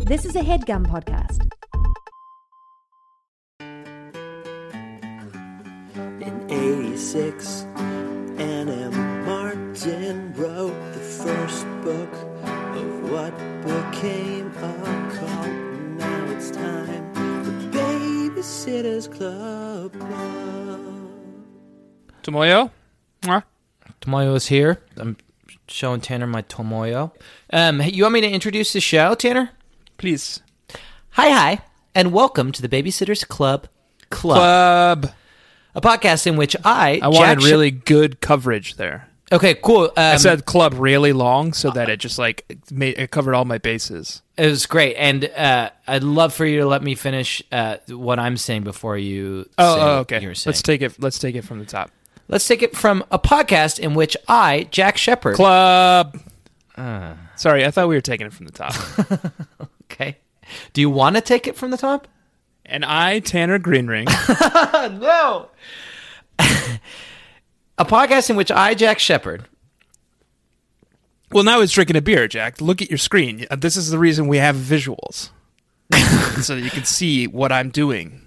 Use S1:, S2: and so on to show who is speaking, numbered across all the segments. S1: This is a headgum podcast.
S2: In 86, Anna Martin wrote the first book of what became a cult. Now it's time for Babysitter's Club.
S3: Tomoyo? Mwah.
S4: Tomoyo's here.
S3: Um,
S4: I'm showing Tanner my Tomoyo. Um, hey, you want me to introduce the show, Tanner?
S3: Please.
S4: Hi, hi, and welcome to the Babysitters Club Club,
S3: Club.
S4: a podcast in which I
S3: I
S4: Jack
S3: wanted
S4: Sh-
S3: really good coverage there.
S4: okay, cool. Um,
S3: I said club really long so that it just like made, it covered all my bases.
S4: it was great, and uh, I'd love for you to let me finish uh, what I'm saying before you.
S3: Oh,
S4: say
S3: oh,
S4: what
S3: okay.
S4: You're saying.
S3: Let's take it. Let's take it from the top.
S4: Let's take it from a podcast in which I, Jack Shepard,
S3: Club.
S4: Ah.
S3: Sorry, I thought we were taking it from the top.
S4: okay. Do you want to take it from the top?
S3: and I, Tanner Greenring,
S4: No. a podcast in which I, Jack Shepard,
S3: well, now it's drinking a beer, Jack. Look at your screen. Uh, This is the reason we have visuals, so that you can see what I'm doing.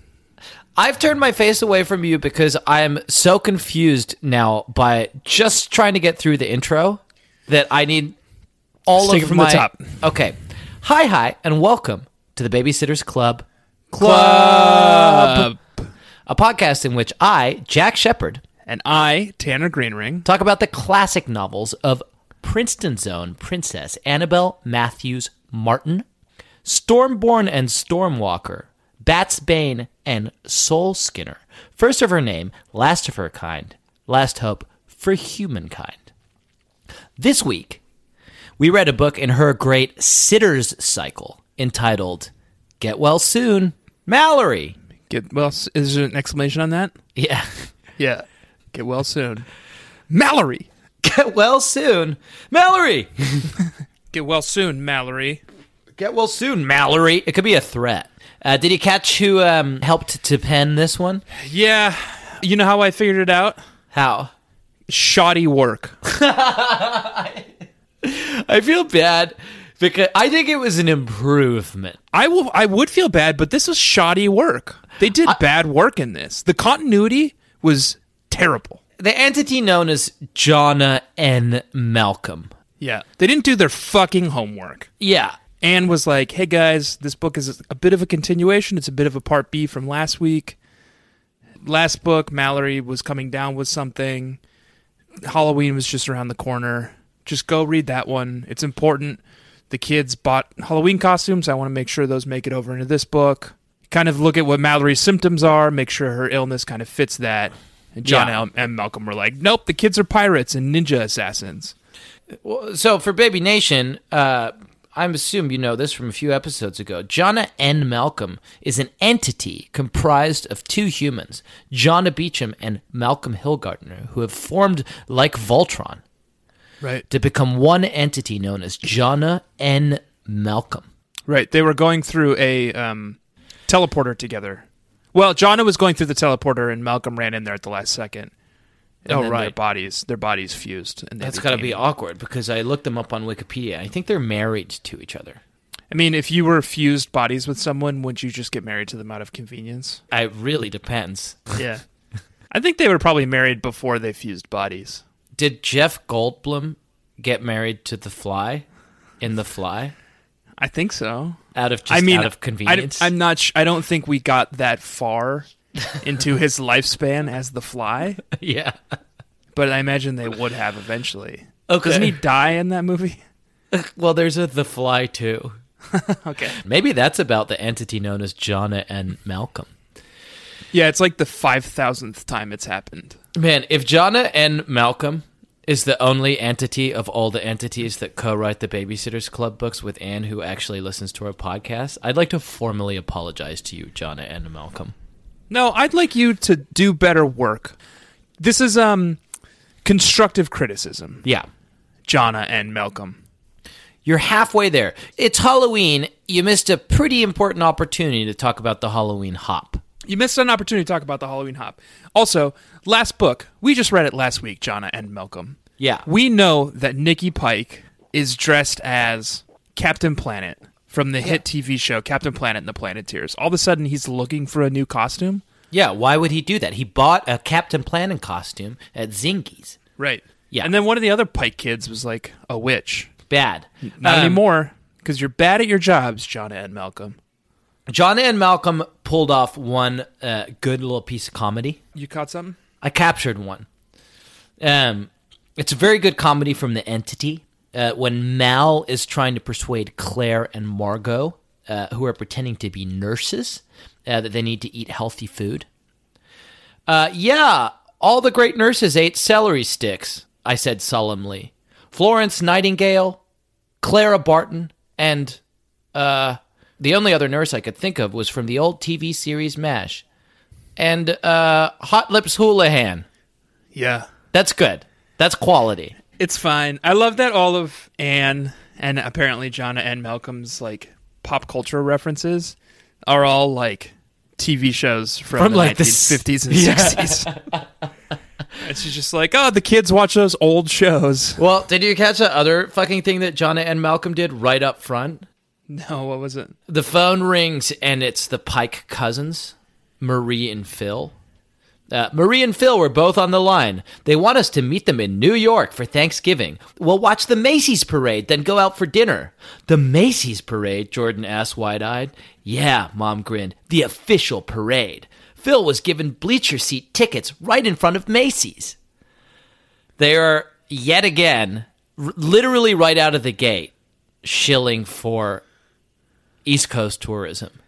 S4: I've turned my face away from you because I'm so confused now by just trying to get through the intro that I need
S3: Let's
S4: all of
S3: take it from the
S4: my
S3: top.
S4: Okay. Hi hi and welcome to the Babysitters Club
S3: Club.
S4: a podcast in which I, Jack Shepard,
S3: And I, Tanner Greenring,
S4: talk about the classic novels of Princeton's own Princess Annabelle Matthews Martin, Stormborn and Stormwalker, Bat's Bane, and Soul Skinner. First of her name, last of her kind, last hope for humankind. This week, we read a book in her great Sitters cycle entitled Get Well Soon, Mallory.
S3: Get well. s- Is there an exclamation on that?
S4: Yeah.
S3: Yeah. Get well soon, Mallory.
S4: Get Well Soon, Mallory.
S3: Get well soon, Mallory.
S4: Get well soon, Mallory. It could be a threat. Uh, did you catch who um, helped to pen this one?
S3: Yeah. You know how I figured it out?
S4: How?
S3: Shoddy work.
S4: I feel bad because I think it was an improvement.
S3: I will. I would feel bad, but this was shoddy work. They did bad work in this. The continuity was terrible.
S4: The entity known as Jonna and Malcolm.
S3: Yeah. They didn't do their fucking homework.
S4: Yeah.
S3: Anne was like, "Hey guys, this book is a bit of a continuation. It's a bit of a part B from last week. Last book, Mallory was coming down with something. Halloween was just around the corner. Just go read that one. It's important. The kids bought Halloween costumes. I want to make sure those make it over into this book. Kind of look at what Mallory's symptoms are, make sure her illness kind of fits that." And John
S4: Yeah.
S3: Al- and Malcolm were like, "Nope, the kids are pirates and ninja assassins."
S4: Well, So for Baby Nation, uh, I'm assuming you know this from a few episodes ago. Jonna N. Malcolm is an entity comprised of two humans, Jonna Beecham and Malcolm Hillgartner, who have formed like Voltron.
S3: Right.
S4: to become one entity known as Jonna N. Malcolm.
S3: Right. They were going through a um, teleporter together. Well, Jonna was going through the teleporter, and Malcolm ran in there at the last second.
S4: And
S3: oh,
S4: then
S3: right.
S4: they-
S3: Their bodies, their bodies fused. And they
S4: That's got to be
S3: became-
S4: awkward because I looked them up on Wikipedia. I think they're married to each other.
S3: I mean, if you were fused bodies with someone, would you just get married to them out of convenience?
S4: I it really depends.
S3: Yeah. I think they were probably married before they fused bodies.
S4: Did Jeff Goldblum get married to the fly in the fly
S3: I think so.
S4: out of just
S3: I mean,
S4: out of convenience?
S3: I, am not. Sh- I don't think we got that far into his lifespan as the Fly,
S4: yeah.
S3: but I imagine they would have eventually.
S4: Okay.
S3: Doesn't he die in that movie?
S4: Well, there's a the fly too.
S3: Okay.
S4: Maybe that's about the entity known as Jonna and Malcolm.
S3: Yeah, it's like the five thousandth time it's happened.
S4: Man, if Jonna and Malcolm is the only entity of all the entities that co-write the Babysitters Club books with Anne, who actually listens to our podcast, I'd like to formally apologize to you, Jonna and Malcolm.
S3: No, I'd like you to do better work. This is um constructive criticism,
S4: Yeah,
S3: Jonna and Malcolm.
S4: you're halfway there. It's Halloween. You missed a pretty important opportunity to talk about the Halloween hop.
S3: You missed an opportunity to talk about the Halloween hop. Also, last book, we just read it last week, Jonna and Malcolm.
S4: Yeah,
S3: We know that Nikki Pike is dressed as Captain Planet from the hit TV show Captain Planet and the Planeteers. All of a sudden, he's looking for a new costume.
S4: Yeah, why would he do that? He bought a Captain Planet costume at Zingy's.
S3: Right.
S4: Yeah.
S3: And then one of the other Pike kids was like a witch.
S4: Bad.
S3: Not
S4: Um,
S3: anymore, because you're bad at your jobs, John and Malcolm.
S4: John and Malcolm pulled off one uh, good little piece of comedy.
S3: You caught something?
S4: I captured one. Um, it's a very good comedy from The Entity. Uh, when Mal is trying to persuade Claire and Margot, uh, who are pretending to be nurses, uh, that they need to eat healthy food. Uh, yeah, all the great nurses ate celery sticks, I said solemnly. Florence Nightingale, Clara Barton, and uh, the only other nurse I could think of was from the old TV series MASH. And uh, Hot Lips Houlihan.
S3: Yeah.
S4: That's good. That's quality.
S3: It's fine. I love that all of Anne and apparently Jonna and Malcolm's like pop culture references are all like TV shows from,
S4: From,
S3: the
S4: like, the s-
S3: 1950s and
S4: Yeah.
S3: 60s. and she's just like, oh, the kids watch those old shows.
S4: Well, did you catch that other fucking thing that Jonna and Malcolm did right up front?
S3: No, what was it?
S4: The phone rings and it's the Pike cousins, Marie and Phil. Uh, Marie and Phil were both on the line. They want us to meet them in New York for Thanksgiving. We'll watch the Macy's parade, then go out for dinner. The Macy's parade? Jordan asked wide eyed. Yeah, Mom grinned. The official parade. Phil was given bleacher seat tickets right in front of Macy's. They are yet again, r- literally right out of the gate, shilling for East Coast tourism.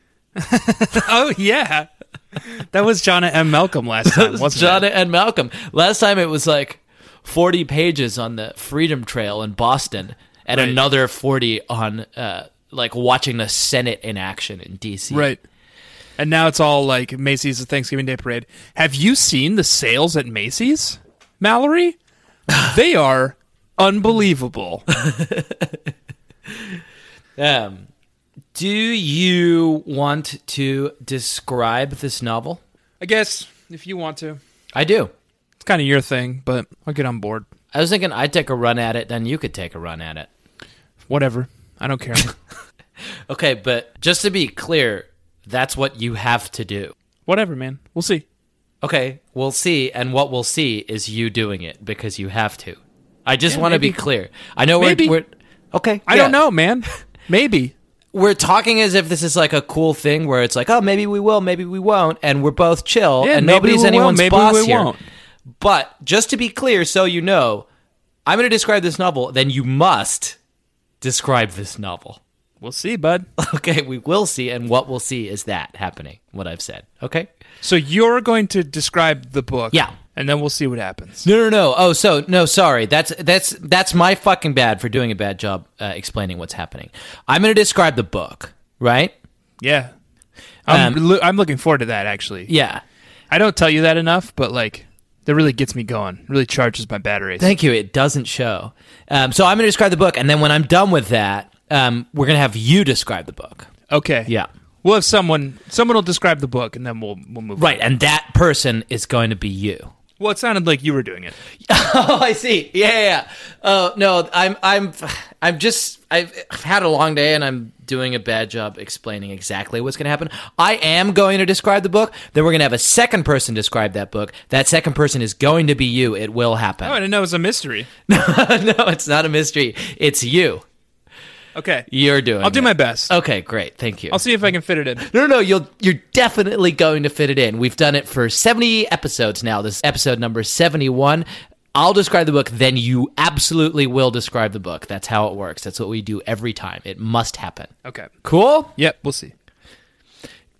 S3: Oh, yeah. That was Jonna and Malcolm last time, wasn't
S4: John
S3: it?
S4: and Malcolm. Last time it was like 40 pages on the Freedom Trail in Boston and
S3: Right.
S4: another 40 on uh, like watching the Senate in action in DC.
S3: Right. And now it's all like Macy's Thanksgiving Day Parade. Have you seen the sales at Macy's, Mallory? they are unbelievable.
S4: Um, do you want to describe this novel?
S3: I guess if you want to,
S4: I do.
S3: it's kind of your thing, but I'll get on board.
S4: I was thinking I'd take a run at it, then you could take a run at it.
S3: Whatever. I don't care.
S4: Okay, but just to be clear, that's what you have to do.
S3: Whatever, man. We'll see.
S4: Okay, we'll see, and what we'll see is you doing it because you have to. I just
S3: Yeah,
S4: want to be
S3: maybe.
S4: clear. I know we're,
S3: Maybe.
S4: we're okay.
S3: I don't
S4: yeah.
S3: know, man. Maybe.
S4: We're talking as if this is like a cool thing where it's like, oh, maybe we will, maybe we won't, and we're both chill,
S3: Yeah,
S4: and
S3: maybe
S4: nobody's
S3: we will,
S4: anyone's
S3: maybe
S4: boss
S3: we
S4: here.
S3: won't.
S4: But just to be clear, so you know, I'm going to describe this novel. Then you must describe this novel.
S3: We'll see, bud.
S4: Okay, we will see, and what we'll see is that happening. What I've said. Okay.
S3: So you're going to describe the book.
S4: Yeah.
S3: And then we'll see what happens.
S4: No, no, no. Oh, so no, sorry. That's that's that's my fucking bad for doing a bad job uh, explaining what's happening. I'm going to describe the book, right?
S3: Yeah. I'm,
S4: Um,
S3: loo- I'm looking forward to that, actually.
S4: Yeah.
S3: I don't tell you that enough, but like that really gets me going. Really charges my batteries.
S4: Thank you. It doesn't show. Um, so I'm going to describe the book, and then when I'm done with that, um, we're going to have you describe the book.
S3: okay.
S4: Yeah.
S3: We'll have someone someone will describe the book and then we'll we'll move
S4: Right,
S3: on.
S4: and that person is going to be you.
S3: Well, it sounded like you were doing it.
S4: Oh, I see. Yeah, yeah, yeah. Oh no, I'm, I'm, I'm just. I've I've had a long day, and I'm doing a bad job explaining exactly what's going to happen. I am going to describe the book. Then we're going to have a second person describe that book. That second person is going to be you. It
S3: Oh,
S4: will
S3: I
S4: happen.
S3: didn't know it was a mystery.
S4: no, it's not a mystery. It's you.
S3: Okay.
S4: You're doing.
S3: I'll do
S4: it. Oh.
S3: my best.
S4: Okay, great. Thank you.
S3: I'll see if I can fit it in.
S4: No, no, no. You'll you're definitely going to fit it in. We've done it for 70 episodes now. This is episode number 71. I'll describe the book, then you absolutely will describe the book. That's how it works. That's what we do every time. It must happen.
S3: Okay.
S4: Cool?
S3: Yep, we'll see.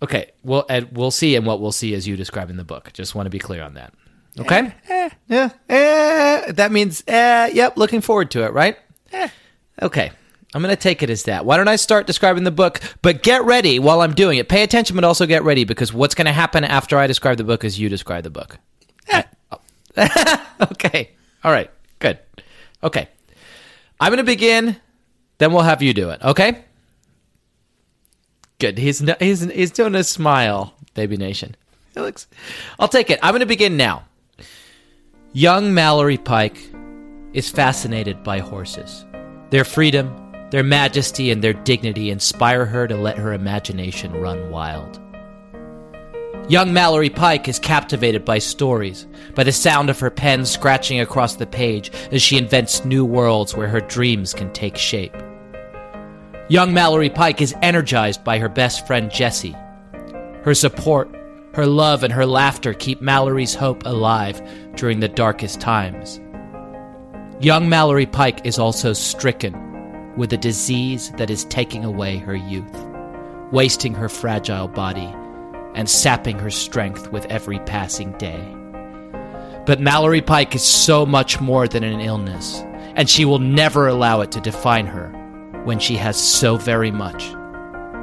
S4: Okay. Well, and we'll see and what we'll see is you describing the book. Just want to be clear on that. Okay? eh, yeah. Eh, that means eh, yep, looking forward to it, right? Eh. Okay. I'm going to take it as that. Why don't I start describing the book? But get ready while I'm doing it. Pay attention, but also get ready because what's going to happen after I describe the book is you describe the book. Eh. oh. okay. All right. Good. Okay. I'm going to begin, then we'll have you do it. Okay? Good. He's, no, he's, he's doing a smile, Baby Nation. It looks. I'll take it. I'm going to begin now. Young Mallory Pike is fascinated by horses, their freedom, Their majesty and their dignity inspire her to let her imagination run wild. Young Mallory Pike is captivated by stories, by the sound of her pen scratching across the page as she invents new worlds where her dreams can take shape. Young Mallory Pike is energized by her best friend Jessie. Her support, her love, and her laughter keep Mallory's hope alive during the darkest times. Young Mallory Pike is also stricken with a disease that is taking away her youth, wasting her fragile body, and sapping her strength with every passing day. But Mallory Pike is so much more than an illness, and she will never allow it to define her when she has so very much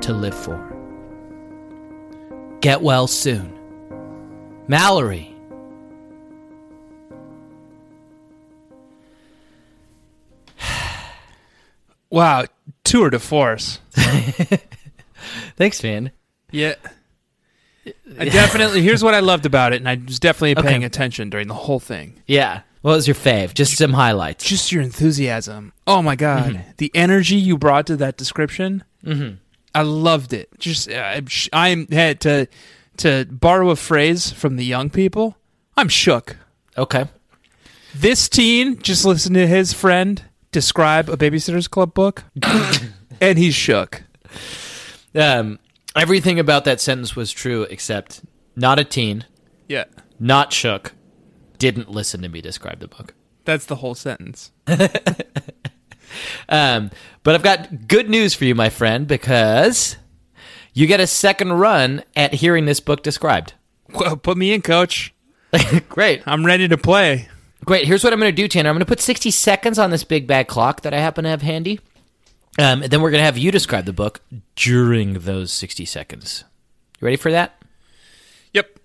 S4: to live for. Get well soon. Mallory.
S3: Wow, tour de force.
S4: Thanks, man.
S3: Yeah. I definitely here's what I loved about it, and I was definitely
S4: Okay.
S3: paying attention during the whole thing.
S4: Yeah. What was your fave? Just some highlights.
S3: Just your enthusiasm. Oh my god, the energy you brought to that description. Mm-hmm. I loved it. Just uh, I'm, sh- I'm had to to borrow a phrase from the young people. I'm shook.
S4: okay.
S3: This teen just listened to his friend describe a Babysitter's Club book, and he's shook.
S4: Um, everything about that sentence was true except not a teen,
S3: Yeah,
S4: not shook, didn't listen to me describe the book.
S3: that's the whole sentence.
S4: Um, but I've got good news for you, my friend, because you get a second run at hearing this book described.
S3: Well, put me in, coach.
S4: Great.
S3: I'm ready to play.
S4: Great. Here's what I'm going to do, Tanner. I'm going to put 60 seconds on this big bad clock that I happen to have handy. Um, and then we're going to have you describe the book during those 60 seconds. You ready for that?
S3: Yep.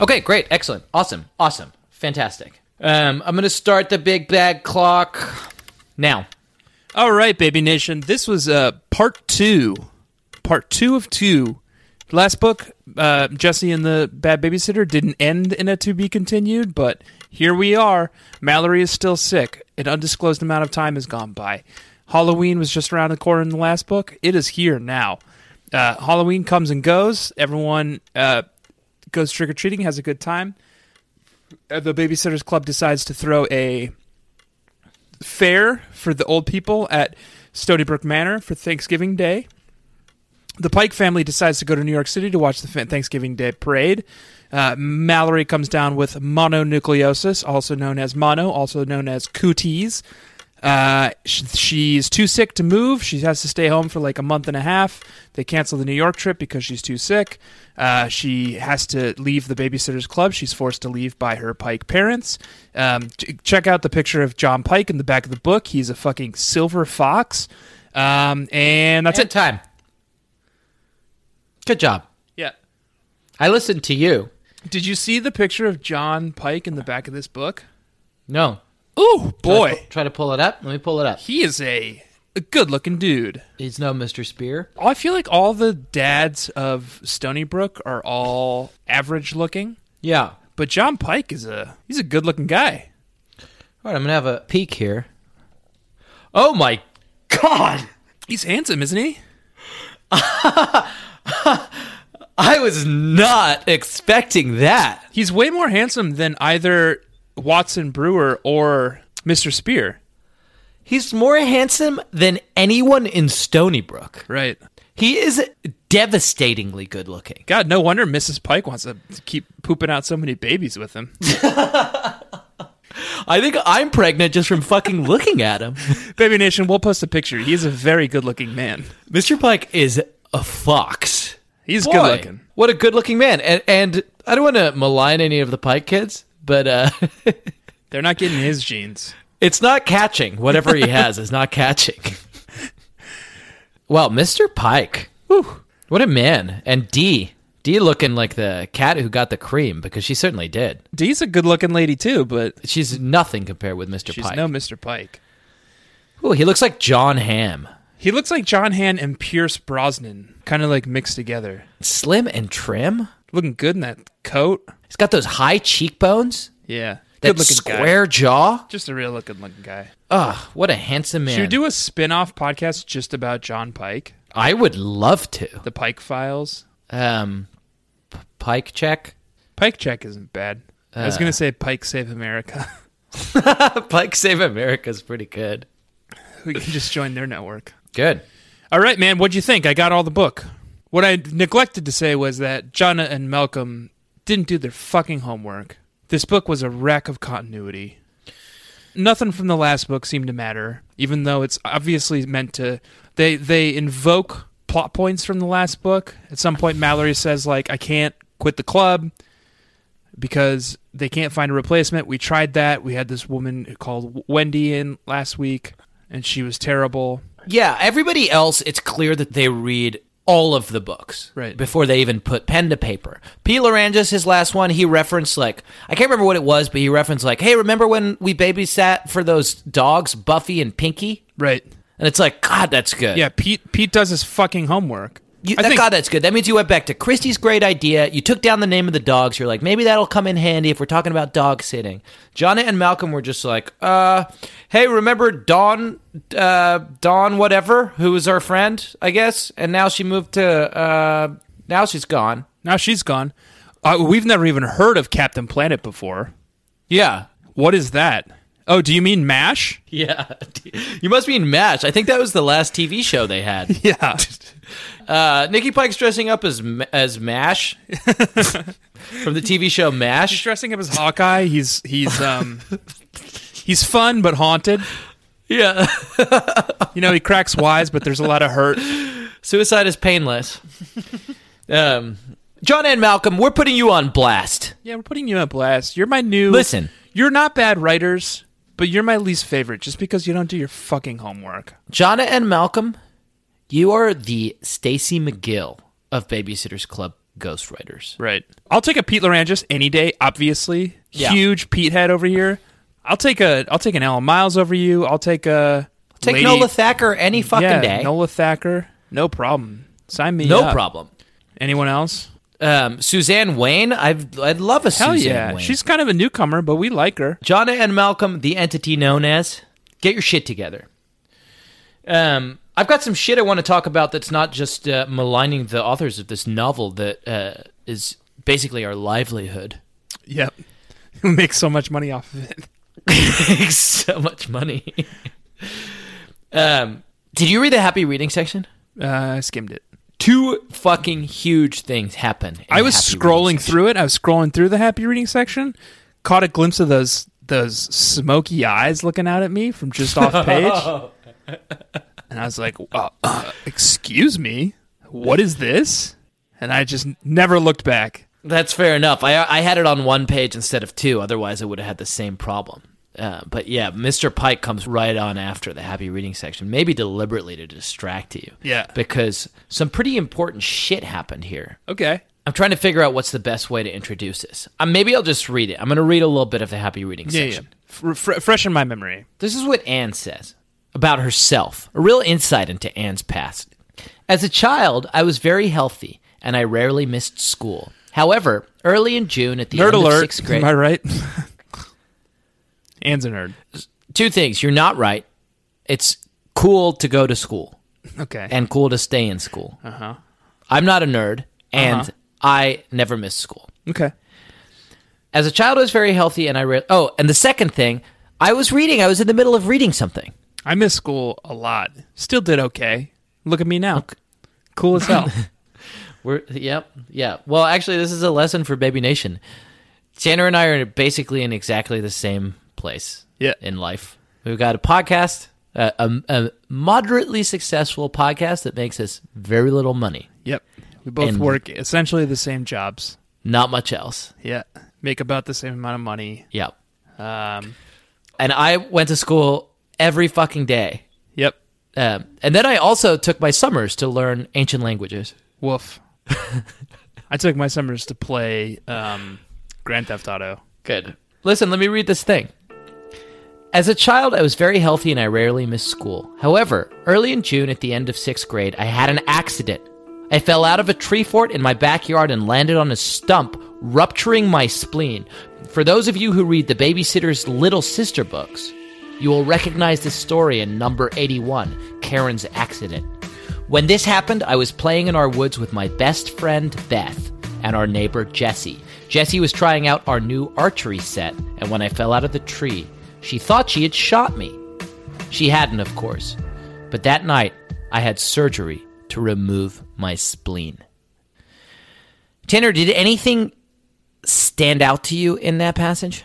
S4: Okay, great. Excellent. Awesome. Awesome. Fantastic. Um, I'm going to start the big bad clock now.
S3: All right, Baby Nation. This was uh, part two. Part two of two. Last book, uh, Jesse and the Bad Babysitter, didn't end in a to be continued, but here we are. Mallory is still sick. An undisclosed amount of time has gone by. Halloween was just around the corner in the last book. It is here now. Uh, Halloween comes and goes. Everyone uh, goes trick or treating, has a good time. Uh, The Babysitters Club decides to throw a fair for the old people at Stony Brook Manor for Thanksgiving Day. The Pike family decides to go to New York City to watch the fa- Thanksgiving Day parade. Uh, Mallory comes down with mononucleosis, also known as mono, also known as cooties. Uh, sh- she's too sick to move. She has to stay home for like a month and a half. They cancel the New York trip because she's too sick. Uh, she has to leave the babysitters club. She's forced to leave by her Pike parents. Um, ch- check out the picture of John Pike in the back of the book. He's a fucking silver fox. Um, and that's
S4: That's it.
S3: it.
S4: Time. Good job.
S3: Yeah.
S4: I listened to you.
S3: Did you see the picture of John Pike in the back of this book?
S4: No.
S3: Ooh,
S4: Try
S3: boy.
S4: to, try to pull it up. Let me pull it up.
S3: He is a, a good looking dude.
S4: He's no Mr. Spear.
S3: I feel like all the dads of Stony Brook are all average looking,
S4: Yeah.
S3: but John Pike is a he's a good looking guy.
S4: All right, I'm going to have a peek here. Oh my god.
S3: He's handsome, isn't he?
S4: I was not expecting that.
S3: He's way more handsome than either Watson Brewer or Mr. Spear.
S4: He's more handsome than anyone in Stony Brook.
S3: Right.
S4: He is devastatingly good looking.
S3: God, no wonder Mrs. Pike wants to keep pooping out so many babies with him.
S4: I think I'm pregnant just from fucking looking at him.
S3: Baby Nation, we'll post a picture. He is a very good looking man.
S4: Mr. Pike is a fox.
S3: He's
S4: Boy,
S3: good looking.
S4: What a good looking man. And, and I don't want to malign any of the Pike kids, but uh,
S3: They're not getting his genes.
S4: it's not catching. Whatever he has is not catching. well, Mr. Pike. Whew. What a man. And D. D looking like the cat who got the cream because she certainly did.
S3: Dee's a good looking lady too, but
S4: She's nothing compared with Mr.
S3: she's
S4: Pike.
S3: no Mr. Pike.
S4: Ooh, he looks like John Hamm.
S3: He looks like John Han and Pierce Brosnan, kind of like mixed together.
S4: Slim and trim.
S3: Looking good in that coat.
S4: He's got those high cheekbones,
S3: Yeah.
S4: that
S3: good looking
S4: square jaw.
S3: Just a real looking looking guy.
S4: Ugh, what a handsome man.
S3: Should we do a spin-off podcast just about John Pike,
S4: I would love to.
S3: the Pike Files?
S4: Um, P- Pike check.
S3: Pike Check isn't bad. I was
S4: Uh.
S3: gonna say Pike Save America.
S4: Pike Save America's pretty good.
S3: we can just join their network.
S4: Good.
S3: All right, man. What'd you think? I got all the book. What I neglected to say was that Jonna and Malcolm didn't do their fucking homework. This book was a wreck of continuity. Nothing from the last book seemed to matter, even though it's obviously meant to. They they invoke plot points from the last book. At some point, Mallory says like, "I can't quit the club because they can't find a replacement." We tried that. We had this woman called Wendy in last week, and she was terrible.
S4: Yeah, everybody else, it's clear that they read all of the books
S3: Right.
S4: before they even put pen to paper. P. Larangis, his last one, he referenced like I can't remember what it was, but he referenced like, "Hey, remember when we babysat for those dogs, Buffy and Pinky?"
S3: Right.
S4: And it's like, God, that's good.
S3: Yeah, Pete Pete does his fucking homework.
S4: You,
S3: I
S4: that,
S3: think-
S4: God, that's good. That means you went back to Christie's great idea. You took down the name of the dogs. You're like, maybe that'll come in handy if we're talking about dog sitting. Jonna and Malcolm were just like, uh, hey, remember Dawn, uh, Dawn whatever, who was our friend, I guess? And now she moved to, uh, now she's gone.
S3: now she's gone. Uh, we've never even heard of Captain Planet before.
S4: Yeah.
S3: What is that? Oh, do you mean Mash?
S4: Yeah. you must mean Match. I think that was the last TV show they had.
S3: Yeah.
S4: Uh, Nikki Pike's dressing up as, M- as MASH from the TV show MASH.
S3: he's dressing up as Hawkeye. He's he's um he's fun but haunted.
S4: Yeah.
S3: You know, he cracks wise, but there's a lot of hurt.
S4: Suicide is painless. um, John and Malcolm, we're putting you on blast.
S3: Yeah, we're putting you on blast. You're my new
S4: Listen.
S3: You're not bad writers, but you're my least favorite just because you don't do your fucking homework.
S4: Jonna and Malcolm, you are the Stacy McGill of Babysitters Club ghostwriters.
S3: Right. I'll take a Pete Larangis any day, obviously.
S4: Yeah.
S3: Huge Pete head over here. I'll take a I'll take an Alan Miles over you. I'll take a
S4: Take
S3: Lady-
S4: Nola Thacker any fucking
S3: yeah,
S4: day.
S3: Nola Thacker. No problem. Sign me
S4: no
S3: up.
S4: problem.
S3: Anyone else?
S4: Um, Suzanne Wayne, I've, I'd love a
S3: Hell
S4: Suzanne
S3: yeah.
S4: Wayne.
S3: She's kind of a newcomer, but we like her.
S4: Jonna and Malcolm, the entity known as, get your shit together. Um, I've got some shit I want to talk about that's not just uh, maligning the authors of this novel that uh, is basically our livelihood.
S3: Yep. We make so much money off of it.
S4: so much money. um, did you read the happy reading section?
S3: Uh, I skimmed it.
S4: Two fucking huge things happen. in
S3: I was
S4: the happy reading
S3: scrolling
S4: section.
S3: through it. I was scrolling through the happy reading section, caught a glimpse of those those smoky eyes looking out at me from just off page, and I was like, uh, uh, "Excuse me, what is this?" And I just never looked back.
S4: That's fair enough. I I had it on one page instead of two. Otherwise, I would have had the same problem. Uh, but yeah, Mr. Pike comes right on after the happy reading section, maybe deliberately to distract you.
S3: Yeah.
S4: Because some pretty important shit happened here.
S3: Okay,
S4: I'm trying to figure out what's the best way to introduce this. Uh, maybe I'll just read it. I'm going to read a little bit of the happy reading
S3: yeah, yeah.
S4: section.
S3: F- fr- fresh in my memory.
S4: This is what Anne says about herself, a real insight into Anne's past. As a child, I was very healthy and I rarely missed school. However, early in June at the
S3: Nerd
S4: end of
S3: alert.
S4: sixth grade,
S3: Am I right? Anne's a nerd.
S4: two things. You're not right. It's cool to go to school
S3: Okay.
S4: and cool to stay in school. Uh-huh. I'm not a nerd and
S3: Uh-huh.
S4: I never missed school.
S3: okay.
S4: As a child, I was very healthy and I read. Oh, and the second thing, I was reading. I was in the middle of reading something.
S3: I missed school a lot. Still did okay. Look at me now. Cool as hell.
S4: We're yep, yeah. Well, actually, this is a lesson for Baby Nation. Tanner and I are basically in exactly the same place.
S3: Yeah.
S4: in life, we've got a podcast, a, a, a moderately successful podcast that makes us very little money,
S3: Yep. We both
S4: And-
S3: work essentially the same jobs.
S4: not much else.
S3: Yeah. Make about the same amount of money.
S4: Yep.
S3: Um,
S4: And I went to school every fucking day.
S3: yep.
S4: Um, and then I also took my summers to learn ancient languages.
S3: Woof. I took my summers to play um, Grand Theft Auto.
S4: Good. Listen, let me read this thing. As a child, I was very healthy and I rarely missed school. However, early in June at the end of sixth grade, I had an accident. I fell out of a tree fort in my backyard and landed on a stump, rupturing my spleen. For those of you who read the babysitter's little sister books, You will recognize this story in number 81 Karen's Accident. When this happened, I was playing in our woods with my best friend Beth and our neighbor Jessie. Jessie was trying out our new archery set, and when I fell out of the tree, she thought she had shot me. She hadn't, of course. But that night, I had surgery to remove my spleen. Tanner, did anything stand out to you in that passage?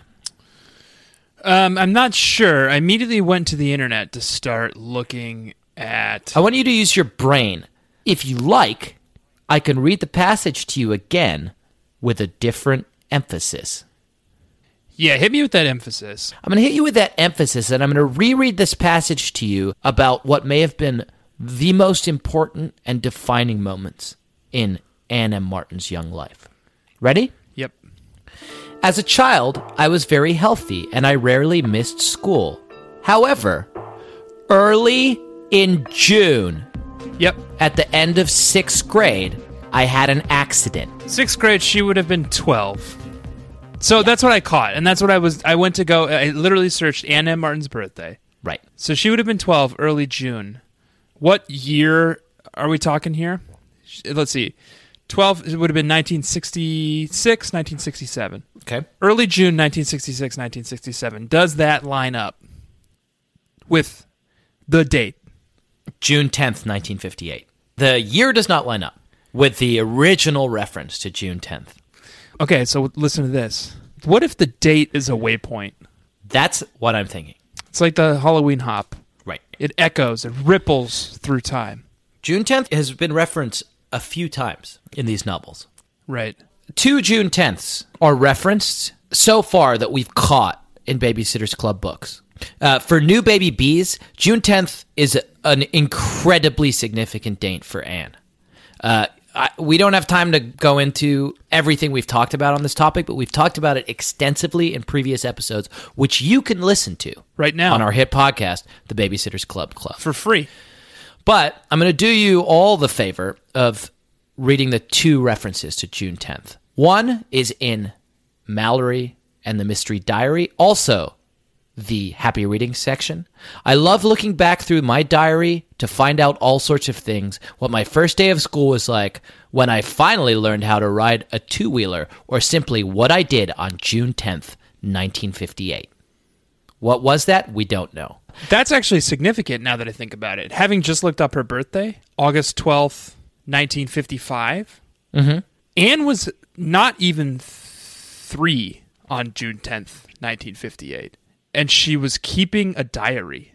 S3: Um, I'm not sure. I immediately went to the internet to start looking at.
S4: I want you to use your brain. If you like, I can read the passage to you again with a different emphasis.
S3: Yeah, hit me with that emphasis.
S4: I'm going to hit you with that emphasis, and I'm going to reread this passage to you about what may have been the most important and defining moments in Anne M. Martin's young life. Ready?
S3: Yep.
S4: As a child, I was very healthy and I rarely missed school. However, early in June,
S3: Yep.
S4: at the end of sixth grade, I had an accident.
S3: Sixth grade, she would have been 12. So that's what I caught. And that's what I was. I went to go. I literally searched Anna Martin's birthday.
S4: Right.
S3: So she would have been 12 early June. What year are we talking here? Sh- Let's see. 12 it would have been 1966, 1967.
S4: Okay.
S3: Early June 1966, 1967. Does that line up with the date?
S4: June 10th, 1958. The year does not line up with the original reference to June 10th.
S3: Okay, so listen to this. What if the date is a waypoint?
S4: That's what I'm thinking.
S3: It's like the Halloween hop.
S4: Right.
S3: It echoes, it ripples through time.
S4: June 10th has been referenced a few times in these novels.
S3: Right.
S4: two June 10ths are referenced so far that we've caught in Babysitter's Club books. Uh, for new baby bees, June 10th is an incredibly significant date for Anne. Uh, I, we don't have time to go into everything we've talked about on this topic, but we've talked about it extensively in previous episodes, which you can listen to
S3: Right now.
S4: on our hit podcast, The Babysitter's Club Club.
S3: For free.
S4: But I'm going to do you all the favor of reading the two references to June 10th. One is in Mallory and the Mystery Diary, also the happy reading section. I love looking back through my diary to find out all sorts of things. What my first day of school was like, when I finally learned how to ride a two wheeler, or simply what I did on June 10th, 1958. What was that? We don't know.
S3: That's actually significant now that I think about it. Having just looked up her birthday, August 12th, 1955, mm-hmm. Anne was not even th- three on June 10th, 1958. And she was keeping a diary.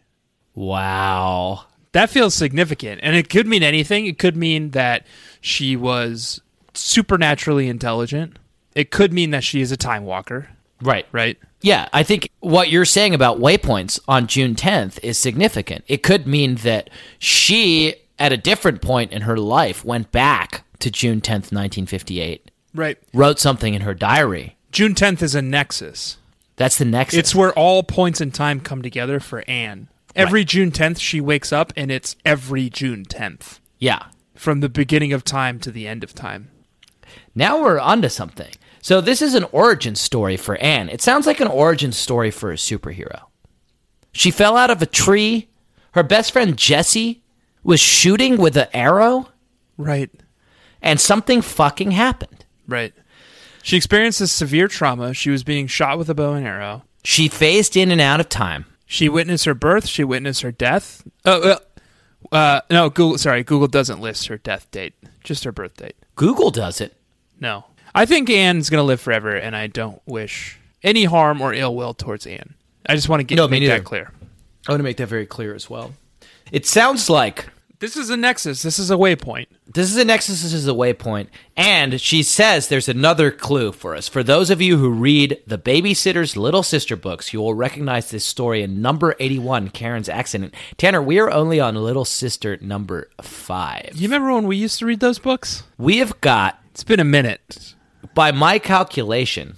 S4: Wow.
S3: That feels significant. And it could mean anything. It could mean that she was supernaturally intelligent, it could mean that she is a time walker,
S4: Right.
S3: right?
S4: Yeah, I think what you're saying about waypoints on June 10th is significant. It could mean that she, at a different point in her life, went back to June 10th, 1958,
S3: Right.
S4: wrote something in her diary.
S3: June 10th is a nexus.
S4: That's the next.
S3: It's where all points in time come together for Anne. Every June 10th, she wakes up, and it's every June 10th
S4: yeah.
S3: from the beginning of time to the end of time.
S4: Now we're onto something. So this is an origin story for Anne. It sounds like an origin story for a superhero. She fell out of a tree. Her best friend Jesse was shooting with an arrow,
S3: Right,
S4: and something fucking happened.
S3: right. She experiences severe trauma. She was being shot with a bow and arrow.
S4: She phased in and out of time.
S3: She witnessed her birth. She witnessed her death. Oh, uh, uh, no, Google. Sorry, Google doesn't list her death date, just her birth date.
S4: Google does it.
S3: No, I think Anne's gonna live forever, and I don't wish any harm or ill will towards Anne. I just want to get
S4: No, me
S3: make that
S4: neither.
S3: clear.
S4: I want to make that very clear as well. It sounds like
S3: This is a nexus. This is a waypoint.
S4: this is an Nexus this is a waypoint, and she says there's another clue for us. For those of you who read the Babysitter's Little Sister books, you will recognize this story in number 81, Karen's Accident. Tanner, we are only on Little Sister number five.
S3: You remember when we used to read those books?
S4: We have got
S3: It's been a minute.
S4: by my calculation,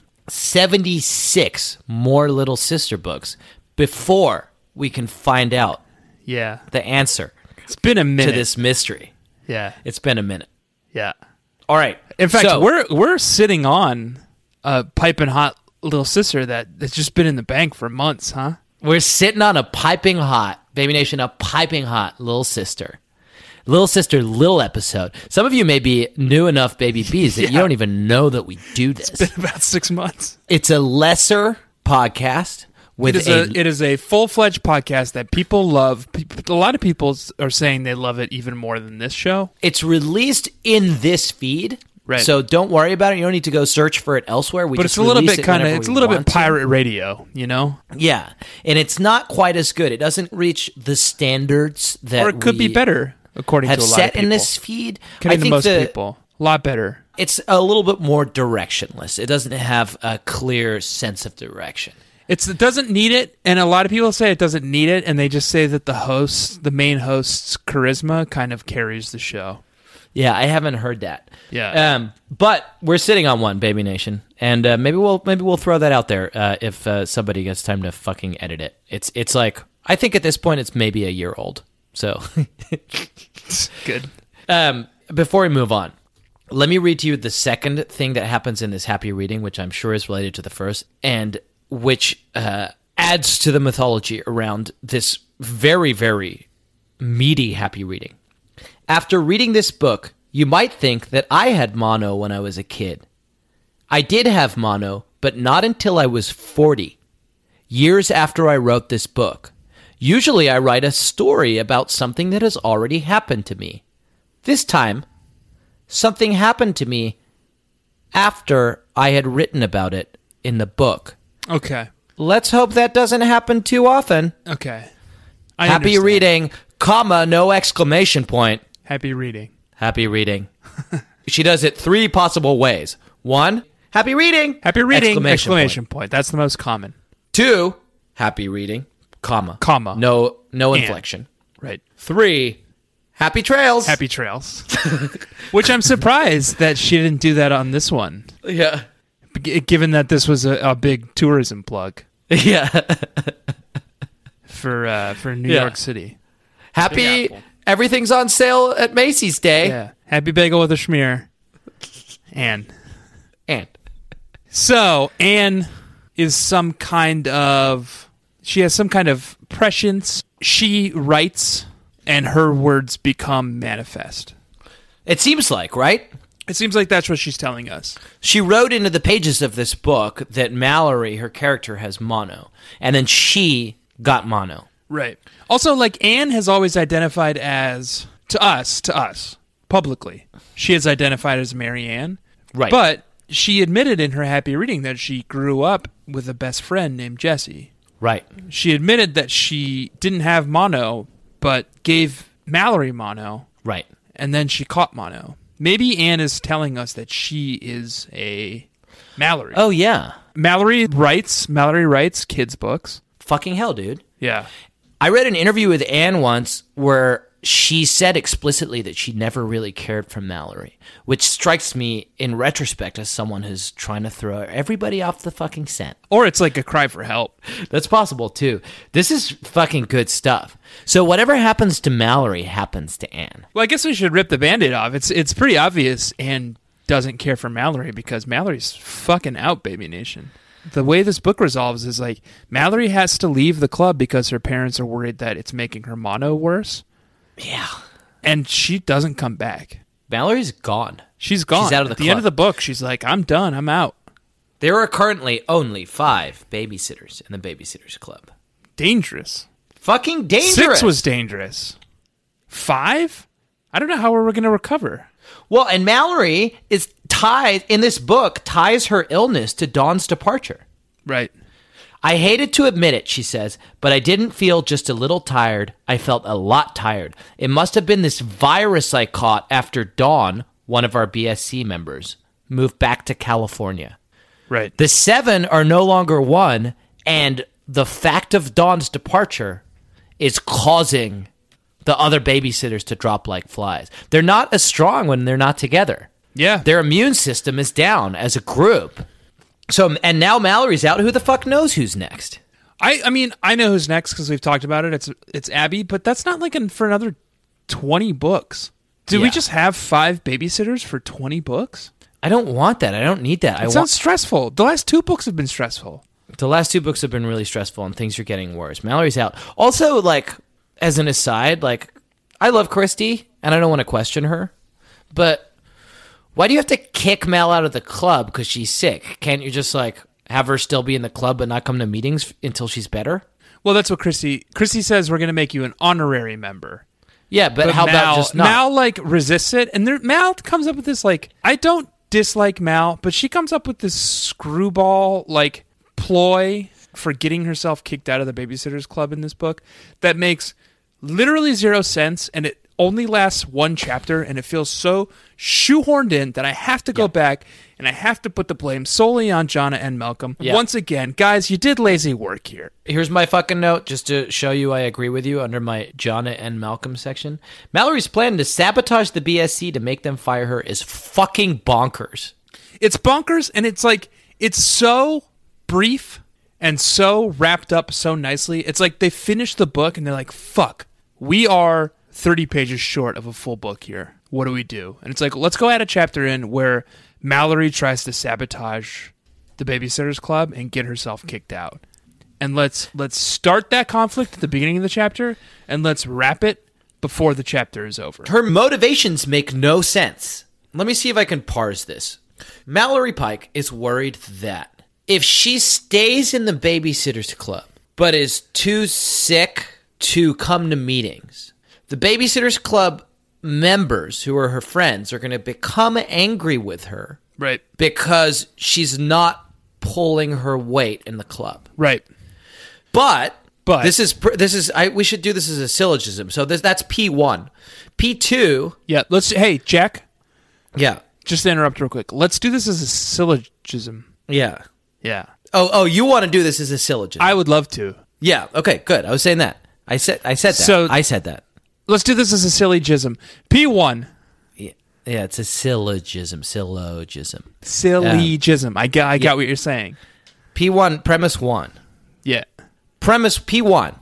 S4: 76 more Little Sister books before we can find out
S3: Yeah.
S4: the answer
S3: It's been a minute.
S4: to this mystery.
S3: Yeah.
S4: It's been a minute.
S3: Yeah.
S4: All right.
S3: In fact,
S4: So-
S3: we're we're sitting on a piping hot little sister that that's just been in the bank for months, huh?
S4: We're sitting on a piping hot, Baby Nation, a piping hot Little Sister. Little Sister, Little episode. Some of you may be new enough Baby Bees that you don't even know that we do this.
S3: About six months.
S4: It's a lesser podcast
S3: It
S4: with
S3: is a, uh, it is a full fledged podcast that people love. Pe- A lot of people s- are saying they love it even more than this show.
S4: it's released in this feed.
S3: Right.
S4: So don't worry about it. You don't need to go search for it elsewhere. We
S3: But
S4: just
S3: it's a little bit
S4: release it
S3: kind of
S4: whenever
S3: it's a
S4: we
S3: little bit
S4: want to.
S3: pirate radio, you know,
S4: Yeah, and it's not quite as good. It doesn't reach the standards that
S3: or it could be
S4: we
S3: better according
S4: Have
S3: to a lot of
S4: set
S3: people.
S4: in this feed.
S3: Could be
S4: I
S3: to
S4: think
S3: most
S4: the-
S3: people a lot better.
S4: it's a little bit more directionless. It doesn't have a clear sense of direction.
S3: It's it doesn't need it, and a lot of people say it doesn't need it, and they just say that the host, the main host's charisma, kind of carries the show.
S4: Yeah, I haven't heard that.
S3: Yeah.
S4: um, but we're sitting on one, Baby Nation, and uh, maybe we'll maybe we'll throw that out there uh, if uh, somebody gets time to fucking edit it. It's it's like I think at this point it's maybe a year old. So
S3: Good.
S4: um, before we move on, let me read to you the second thing that happens in this happy reading, which I'm sure is related to the first, and which uh, adds to the mythology around this very, very meaty happy reading. After reading this book, you might think that I had mono when I was a kid. I did have mono, but not until I was 40 years after I wrote this book. Usually, I write a story about something that has already happened to me. This time, something happened to me after I had written about it in the book.
S3: Okay.
S4: Let's hope that doesn't happen too often.
S3: Okay. I
S4: Happy
S3: understand.
S4: reading, comma, no exclamation point.
S3: Happy reading.
S4: Happy reading. she does it three possible ways. One, happy reading.
S3: Happy reading! Exclamation,
S4: Exclamation,
S3: point. That's the most common.
S4: point. Two, happy reading, comma.
S3: Comma.
S4: No no
S3: And.
S4: inflection.
S3: Right.
S4: Three, happy trails.
S3: Happy trails. Which I'm surprised that she didn't do that on this one,
S4: Yeah.
S3: g- given that this was a, a big tourism plug
S4: Yeah.
S3: for uh, for New
S4: Yeah.
S3: York City.
S4: happy
S3: apple.
S4: everything's on sale at Macy's Day.
S3: Yeah. Happy bagel with a schmear. And.
S4: And
S3: So Anne is some kind of she has some kind of prescience. She writes, and her words become manifest.
S4: It seems like, right?
S3: It seems like that's what she's telling us.
S4: She wrote into the pages of this book that Mallory, her character, has mono, and then she got mono.
S3: Right. Also, like Anne has always identified as to us, to us publicly, she has identified as Mary Ann.
S4: Right.
S3: But she admitted in her happy reading that she grew up with a best friend named Jesse.
S4: Right.
S3: She admitted that she didn't have mono, but gave Mallory mono.
S4: Right.
S3: and then she caught mono. Maybe Anne is telling us that she is a Mallory.
S4: Oh yeah.
S3: Mallory writes Mallory writes kids books.
S4: Fucking hell, dude.
S3: Yeah.
S4: I read an interview with Anne once where she said explicitly that she never really cared for Mallory, which strikes me in retrospect as someone who's trying to throw everybody off the fucking scent.
S3: Or it's like a cry for help.
S4: That's possible too. This is fucking good stuff. So whatever happens to Mallory happens to Anne.
S3: Well, I guess we should rip the band-aid off. It's it's pretty obvious Anne doesn't care for Mallory because Mallory's fucking out, baby nation. The way this book resolves is like Mallory has to leave the club because her parents are worried that it's making her mono worse.
S4: Yeah.
S3: And she doesn't come back.
S4: Mallory's gone.
S3: She's gone.
S4: out of the
S3: At the end
S4: club.
S3: of the book, she's like, I'm done, I'm out.
S4: There are currently only five babysitters in the Babysitters Club.
S3: dangerous.
S4: Fucking dangerous.
S3: Six was dangerous. Five? I don't know how we're going to recover.
S4: well, and Mallory is tied in this book ties her illness to Dawn's departure.
S3: Right.
S4: I hated to admit it, she says, but I didn't feel just a little tired. I felt a lot tired. It must have been this virus I caught after Dawn, one of our BSC members, moved back to California.
S3: Right.
S4: The seven are no longer one, and the fact of Dawn's departure is causing the other babysitters to drop like flies. They're not as strong when they're not together.
S3: Yeah.
S4: Their immune system is down as a group. So, and now Mallory's out. Who the fuck knows who's next?
S3: I I mean, I know who's next cuz we've talked about it. It's it's Abby, but that's not like in, for another 20 books. Do we
S4: Yeah.
S3: just have 5 babysitters for 20 books?
S4: I don't want that. I don't need that. I
S3: It
S4: want
S3: sounds stressful. The last two books have been stressful.
S4: The last two books have been really stressful and things are getting worse. Mallory's out. Also, like, as an aside, like, I love Christy and I don't want to question her, but why do you have to kick Mel out of the club because she's sick? Can't you just, like, have her still be in the club but not come to meetings f- until she's better?
S3: Well, that's what Christy Christy says. We're going to make you an honorary member.
S4: Yeah, but,
S3: But
S4: how
S3: Mal,
S4: about just not?
S3: Mal like resists it, and there, Mal comes up with this like I don't dislike Mal, but she comes up with this screwball like ploy for getting herself kicked out of the babysitters club in this book that makes literally zero sense, and it only lasts one chapter, and it feels so shoehorned in that I have to go back and I have to put the blame solely on Jonna and Malcolm
S4: Yeah.
S3: once again, guys. You did lazy work here.
S4: Here's my fucking note just to show you I agree with you under my Jonna and Malcolm section. Mallory's plan to sabotage the BSC to make them fire her is fucking bonkers.
S3: it's bonkers and it's like it's so brief and so wrapped up so nicely it's like they finish the book and they're like fuck we are 30 pages short of a full book here what do we do and it's like let's go add a chapter in where mallory tries to sabotage the babysitters club and get herself kicked out and let's let's start that conflict at the beginning of the chapter and let's wrap it before the chapter is over
S4: Her motivations make no sense. Let me see if I can parse this. Mallory Pike is worried that if she stays in the babysitters club but is too sick to come to meetings, the babysitters club members who are her friends are going to become angry with her
S3: right
S4: because she's not pulling her weight in the club.
S3: right
S4: But
S3: But-
S4: this is pr- this is I we should do this as a syllogism. So this that's P1. P2,
S3: yeah let's hey jack
S4: yeah.
S3: just to interrupt real quick, let's do this as a syllogism.
S4: Yeah.
S3: Yeah.
S4: Oh, oh, you want to do this as a syllogism.
S3: I would love to.
S4: yeah, okay, good. I was saying that. I said I said that.
S3: So-
S4: I said that.
S3: Let's do this as a syllogism. P1,
S4: Yeah, yeah, it's a syllogism, syllogism.
S3: syllogism. I got, I got what you're saying.
S4: P1 premise 1.
S3: Yeah.
S4: premise P1.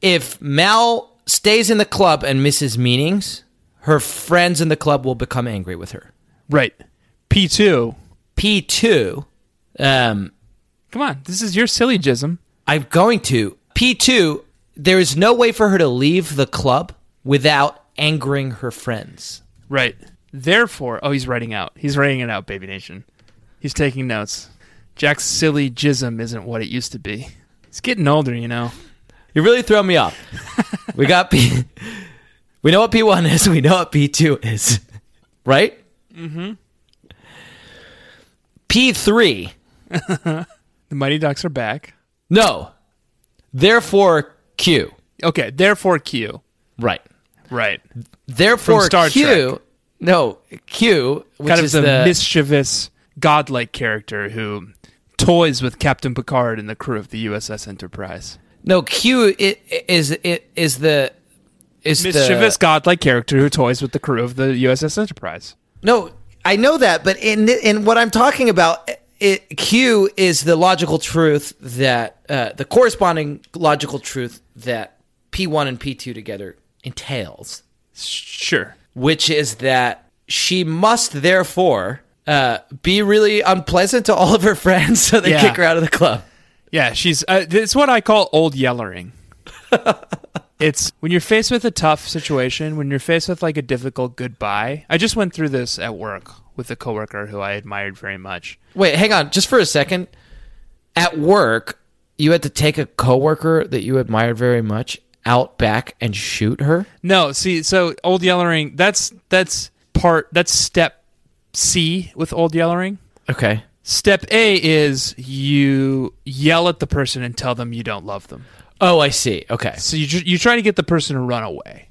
S4: If Mal stays in the club and misses meetings, her friends in the club will become angry with her.
S3: Right. P2,
S4: P2, um,
S3: come on, this is your syllogism.
S4: I'm going to. P2, there is no way for her to leave the club without angering her friends.
S3: Right. Therefore, oh, he's writing out. He's writing it out, Baby Nation. He's taking notes. Jack's syllogism isn't what it used to be. He's getting older, you know.
S4: You're really throwing me off. we got P. We know what P1 is. We know what P2 is. Right? Mm hmm.
S3: Mm-hmm.
S4: P3.
S3: The Mighty Ducks are back.
S4: No. Therefore, Q.
S3: Okay, therefore Q.
S4: Right.
S3: Right.
S4: Therefore,
S3: From Star
S4: Q. No, Q, which
S3: kind of
S4: is
S3: the,
S4: the,
S3: mischievous, godlike character who toys with Captain Picard and the crew of the USS Enterprise.
S4: no Q i- i- is it is the is
S3: Mischievous,
S4: the
S3: godlike character who toys with the crew of the USS Enterprise.
S4: no. I know that, but in in what I'm talking about, it, Q is the logical truth that uh, the corresponding logical truth that P1 and P2 together entails.
S3: Sure.
S4: which is that she must therefore uh, be really unpleasant to all of her friends so they
S3: Yeah.
S4: kick her out of the club.
S3: Yeah, she's. Uh, it's what I call old yellering. it's when you're faced with a tough situation, when you're faced with like a difficult goodbye. I just went through this at work with a coworker who I admired very much.
S4: Wait, hang on, just for a second. At work, you had to take a coworker that you admired very much out back and shoot her.
S3: No, see, so old yellering. That's that's part. That's step C with old yellering.
S4: Okay.
S3: Step A is you yell at the person and tell them you don't love them.
S4: Oh, I see. Okay.
S3: So you tr- you try to get the person to run away.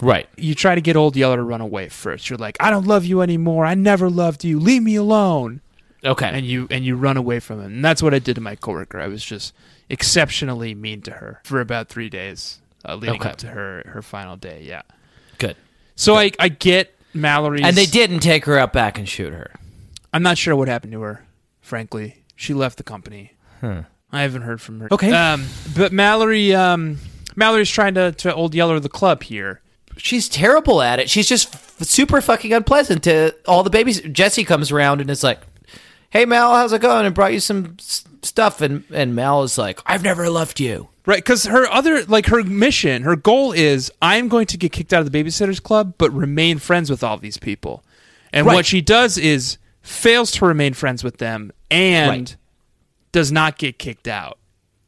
S4: Right.
S3: You try to get old yeller to run away first. You're like, "I don't love you anymore. I never loved you. Leave me alone."
S4: Okay.
S3: And you and you run away from him. And that's what I did to my coworker. I was just exceptionally mean to her for about 3 days uh, leading
S4: Okay.
S3: up to her her final day. Yeah.
S4: Good.
S3: So I I get Mallory's
S4: And they didn't take her out back and shoot her.
S3: I'm not sure what happened to her, frankly. She left the company. I haven't heard from her.
S4: Okay.
S3: Um, but Mallory, um, Mallory's trying to, to old yeller the club here.
S4: She's terrible at it. She's just f- super fucking unpleasant to all the babies. Jesse comes around and is like, "Hey Mal, how's it going?" And brought you some s-
S5: stuff, and and Mal is like, "I've never loved you."
S3: Right, because her other like her mission, her goal is I'm going to get kicked out of the babysitters club, but remain friends with all these people. And
S5: Right.
S3: what she does is fails to remain friends with them and
S5: Right.
S3: does not get kicked out.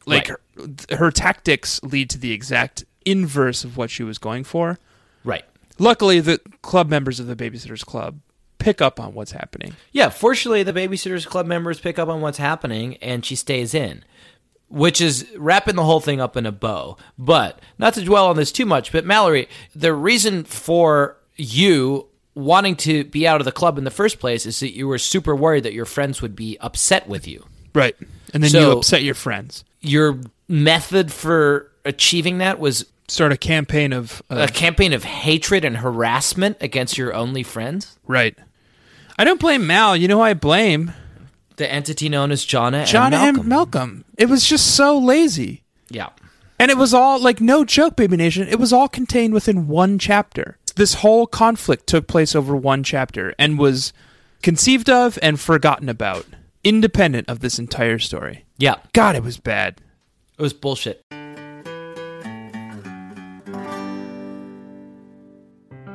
S3: Like
S5: Right.
S3: her, her tactics lead to the exact inverse of what she was going for.
S5: Right.
S3: Luckily, the club members of the babysitters club pick up on what's happening.
S5: Yeah, fortunately, the Babysitters Club members pick up on what's happening and she stays in, which is wrapping the whole thing up in a bow. But not to dwell on this too much, but Mallory, the reason for you wanting to be out of the club in the first place is that you were super worried that your friends would be upset with you.
S3: Right. And then you
S5: So-
S3: upset your friends.
S5: Your method for achieving that was
S3: Start a campaign of uh,
S5: a campaign of hatred and harassment against your only friends,
S3: right. I don't blame Mal. You know who I blame?
S5: the entity known as
S4: Uh,
S5: Jonna,
S3: John
S5: and
S3: and
S5: Malcolm.
S3: Malcolm. It was just so lazy.
S5: yeah.
S3: And it was all like no joke, Baby Nation. It was all contained within one chapter. This whole conflict took place over one chapter and was conceived of and forgotten about, independent of this entire story.
S5: Yeah,
S3: God, it was bad.
S5: it was bullshit.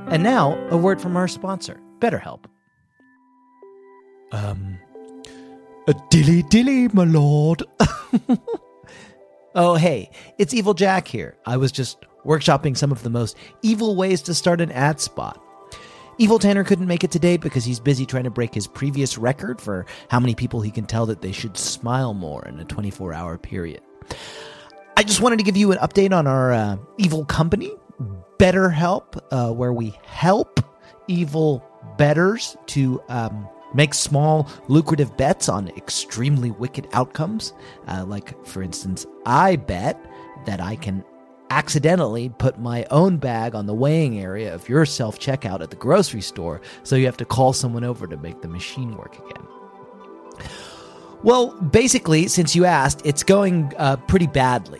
S5: And now, a word from our sponsor, BetterHelp. Um, a dilly dilly, my lord.
S4: Oh, hey, it's Evil Jack here. I was just workshopping some of the most evil ways to start an ad spot. Evil Tanner couldn't make it today because he's busy trying to break his previous record for how many people he can tell that they should smile more in a 24 hour period. I just wanted to give you an update on our uh, evil company, BetterHelp, uh, where we help evil betters to um, make small, lucrative bets on extremely wicked outcomes. Uh, like, for instance, I bet that I can accidentally put my own bag on the weighing area of your self checkout at the grocery store, so you have to call someone over to make the machine work again. Well, basically, since you asked, it's going uh, pretty badly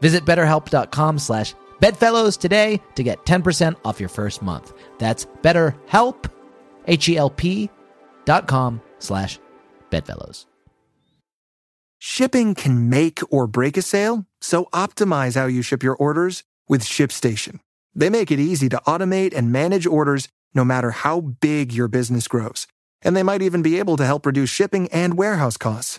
S4: Visit betterhelp.com slash bedfellows today to get 10% off your first month. That's betterhelp, H-E-L-P dot com slash bedfellows.
S6: Shipping can make or break a sale, so optimize how you ship your orders with ShipStation. They make it easy to automate and manage orders no matter how big your business grows. And they might even be able to help reduce shipping and warehouse costs.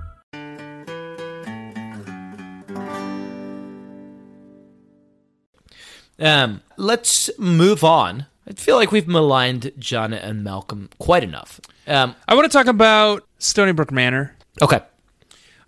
S5: Um, let's move on. I feel like we've maligned Jonna and Malcolm quite enough. Um,
S3: I want to talk about Stony Brook Manor.
S5: okay.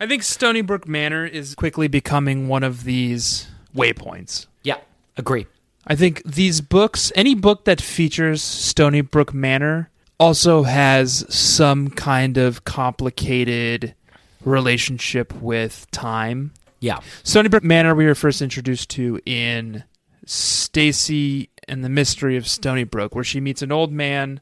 S3: I think Stony Brook Manor is quickly becoming one of these waypoints.
S5: Yeah, agree.
S3: I think these books, any book that features Stony Brook Manor, also has some kind of complicated relationship with time.
S4: Yeah.
S3: Stony Brook Manor, we were first introduced to in Stacy and the Mystery of Stony Brook, where she meets an old man,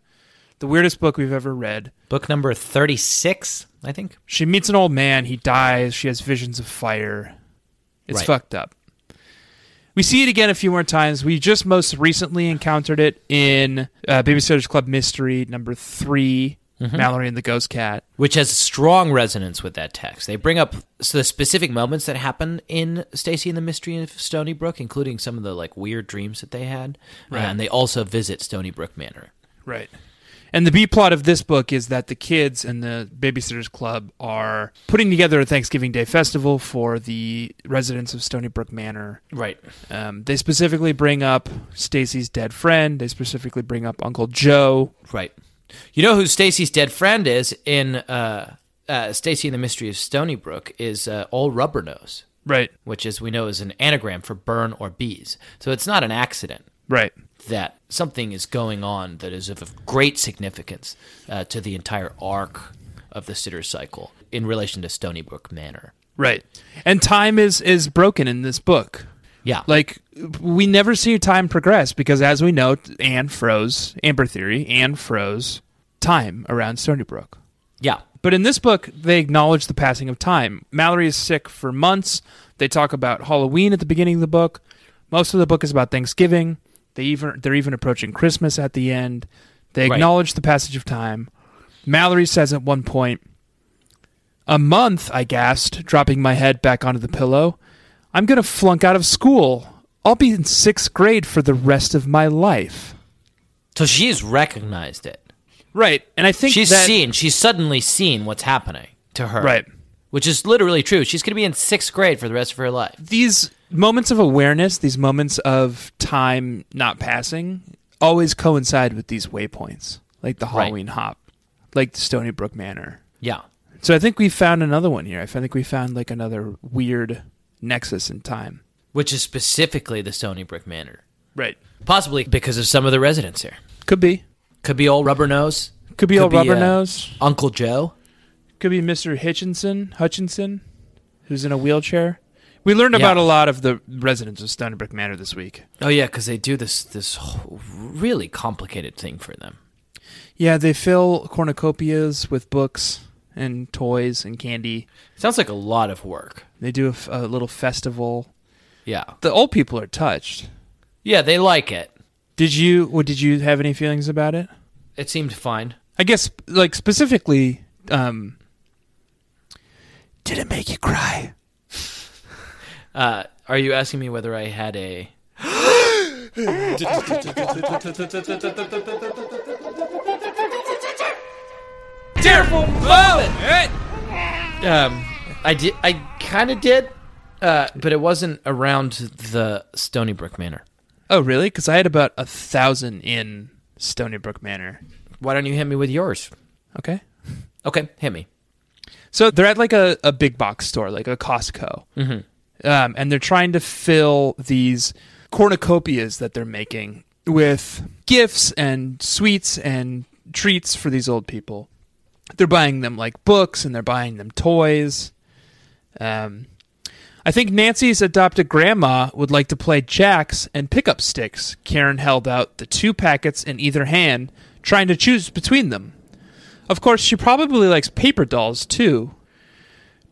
S3: the weirdest book we've ever read.
S4: Book number 36, I think.
S3: She meets an old man, he dies, she has visions of fire. It's
S4: Right.
S3: fucked up. We see it again a few more times. We just most recently encountered it in uh, Babysitter's Club Mystery number 3 Mallory and the Ghost Cat.
S4: Which has strong resonance with that text. They bring up s- the specific moments that happen in Stacy and the Mystery of Stony Brook, including some of the like weird dreams that they had.
S3: Right.
S4: And they also visit Stony Brook Manor.
S3: Right. And the B plot of this book is that the kids and the Babysitters Club are putting together a Thanksgiving Day festival for the residents of Stony Brook Manor.
S4: Right.
S3: Um, they specifically bring up Stacy's dead friend. They specifically bring up Uncle Joe.
S4: Right. You know who Stacy's dead friend is in uh, uh, Stacy and the Mystery of Stony Brook is uh, Old Rubber Nose,
S3: Right.
S4: which, as we know, is an anagram for burn or bees. So it's not an accident
S3: Right.
S4: that something is going on that is of great significance uh, to the entire arc of the Sitter cycle in relation to Stony Brook Manor.
S3: Right. And time is is broken in this book.
S4: Yeah.
S3: Like we never see time progress because as we know, Anne froze Amber Theory, Anne froze time around Stony Brook.
S4: yeah.
S3: But in this book, they acknowledge the passing of time. Mallory is sick for months. They talk about Halloween at the beginning of the book. Most of the book is about Thanksgiving. They even they're even approaching Christmas at the end. They
S4: Right.
S3: acknowledge the passage of time. Mallory says at one point, "A month," I gasped, dropping my head back onto the pillow. "I'm going to flunk out of school. I'll be in 6th grade for the rest of my life."
S4: So she's recognized it.
S3: Right. And I think
S4: She's
S3: that
S4: seen. She's suddenly seen what's happening to her.
S3: Right.
S4: Which is literally true. She's going to be in sixth grade for the rest of her life.
S3: these moments of awareness, these moments of time not passing, always coincide with these waypoints, like the
S4: Right.
S3: Halloween hop, like the Stony Brook Manor.
S4: Yeah.
S3: So I think we found another one here. I think we found like another weird nexus in time.
S4: Which is specifically the Stony Brook Manor.
S3: Right.
S4: Possibly because of some of the residents here.
S3: Could be.
S4: Could be old Rubber Nose.
S3: Could be old Rubber
S4: uh,
S3: Nose.
S4: Uncle Joe.
S3: Could be Mr. Hutchinson, Hutchinson, who's in a wheelchair. We learned
S4: Yeah.
S3: about a lot of the residents of Stony Brook Manor this week.
S4: Oh yeah, because they do this this whole really complicated thing for them.
S3: Yeah, they fill cornucopias with books and toys and candy.
S4: Sounds like a lot of work.
S3: They do a, f- a little festival.
S4: Yeah.
S3: The old people are touched.
S4: Yeah, they like it.
S3: Did you? What did you have any feelings about it?
S4: It seemed fine.
S3: I guess like specifically, um, did it make you cry?
S4: Uh, are you asking me whether I had a terrible moment? Um, I did. I kind of did, uh, but it wasn't around the Stony Brook Manor.
S3: Oh, really? Because I had about a thousand in Stony Brook Manor.
S4: Why don't you hit me with yours?
S3: Okay.
S4: Okay, hit me.
S3: So they're at like a, a big box store, like a Costco. Mm-hmm. Um, and they're trying to fill these cornucopias that they're making with gifts and sweets and treats for these old people. They're buying them like books and they're buying them toys. Um, I think Nancy's adopted grandma would like to play jacks and pickup sticks. Karen held out the two packets in either hand, trying to choose between them. Of course, she probably likes paper dolls too.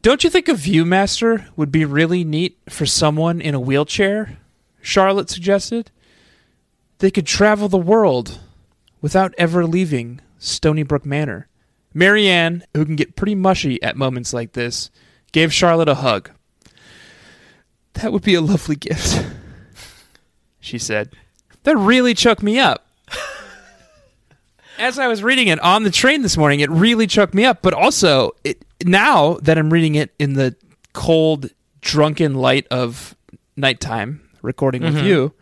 S3: Don't you think a Viewmaster would be really neat for someone in a wheelchair? Charlotte suggested. They could travel the world without ever leaving Stony Brook Manor. Marianne, who can get pretty mushy at moments like this, gave Charlotte a hug. That would be a lovely gift, she said. That really choked me up as I was reading it on the train this morning, it really choked me up. But also, it now that I'm reading it in the cold, drunken light of nighttime, recording with you,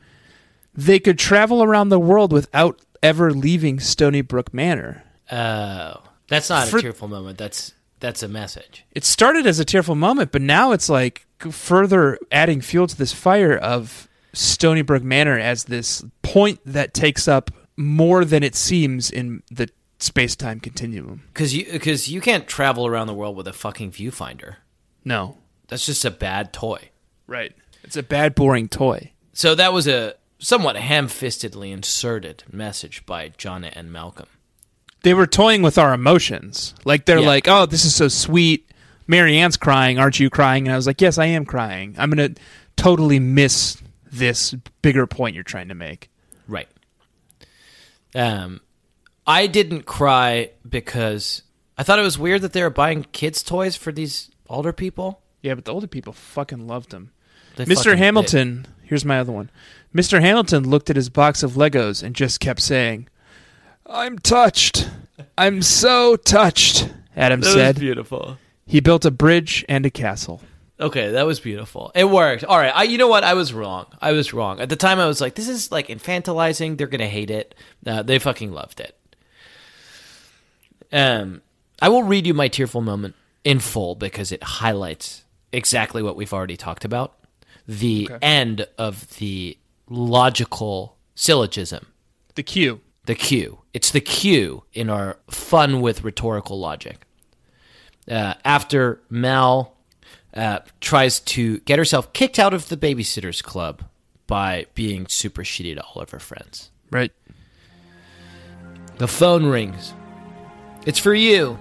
S3: they could travel around the world without ever leaving Stony Brook Manor.
S4: Oh, that's not
S3: For-
S4: a tearful moment. That's that's a message.
S3: It started as a tearful moment, but now it's like further adding fuel to this fire of Stony Brook Manor as this point that takes up more than it seems in the space-time continuum.
S4: Because you because you can't travel around the world with a fucking viewfinder.
S3: No.
S4: That's just a bad toy.
S3: Right. It's a bad, boring toy.
S4: So that was a somewhat ham-fistedly inserted message by Jonna and Malcolm.
S3: They were toying with our emotions. Like they're
S4: Yeah.
S3: like, "Oh, this is so sweet." Mary Ann's crying. Aren't you crying? And I was like, "Yes, I am crying. I'm gonna totally miss this bigger point you're trying to make."
S4: Right. Um, I didn't cry because I thought it was weird that they were buying kids' toys for these older people.
S3: Yeah, but the older people fucking loved them.
S4: They fucking
S3: Mr.
S4: did.
S3: Hamilton, here's my other one. Mr. Hamilton looked at his box of Legos and just kept saying, "I'm touched. I'm so touched." Adam
S4: That was
S3: said.
S4: beautiful.
S3: He built a bridge and a castle.
S4: Okay, that was beautiful. It worked. All right. I, you know what? I was wrong. I was wrong. At the time, I was like, this is like infantilizing. They're going to hate it. Uh, they fucking loved it. Um, I will read you my tearful moment in full because it highlights exactly what we've already talked about the end of the logical syllogism,
S3: The Q.
S4: the Q. It's the Q in our fun with rhetorical logic uh, after Mel uh, tries to get herself kicked out of the babysitters club by being super shitty to all of her friends.
S3: Right.
S4: The phone rings. It's for you.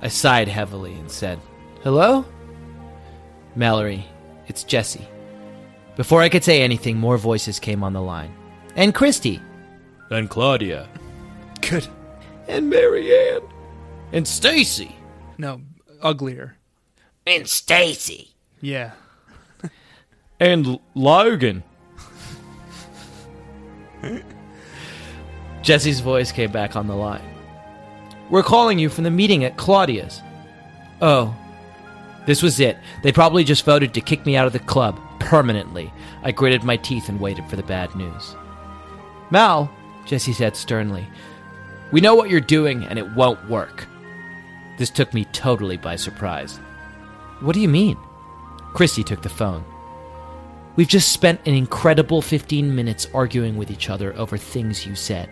S4: I sighed heavily and said, Hello? Mallory, it's Jesse. Before I could say anything, more voices came on the line. And Christy. And Claudia.
S3: Good.
S4: And Marianne. And Stacy.
S3: No, uglier.
S4: And Stacy.
S3: Yeah.
S4: and Logan. Jesse's voice came back on the line. We're calling you from the meeting at Claudia's. Oh. This was it. They probably just voted to kick me out of the club permanently. I gritted my teeth and waited for the bad news. Mal, Jesse said sternly, we know what you're doing and it won't work. This took me totally by surprise. What do you mean? Christy took the phone. We've just spent an incredible 15 minutes arguing with each other over things you said.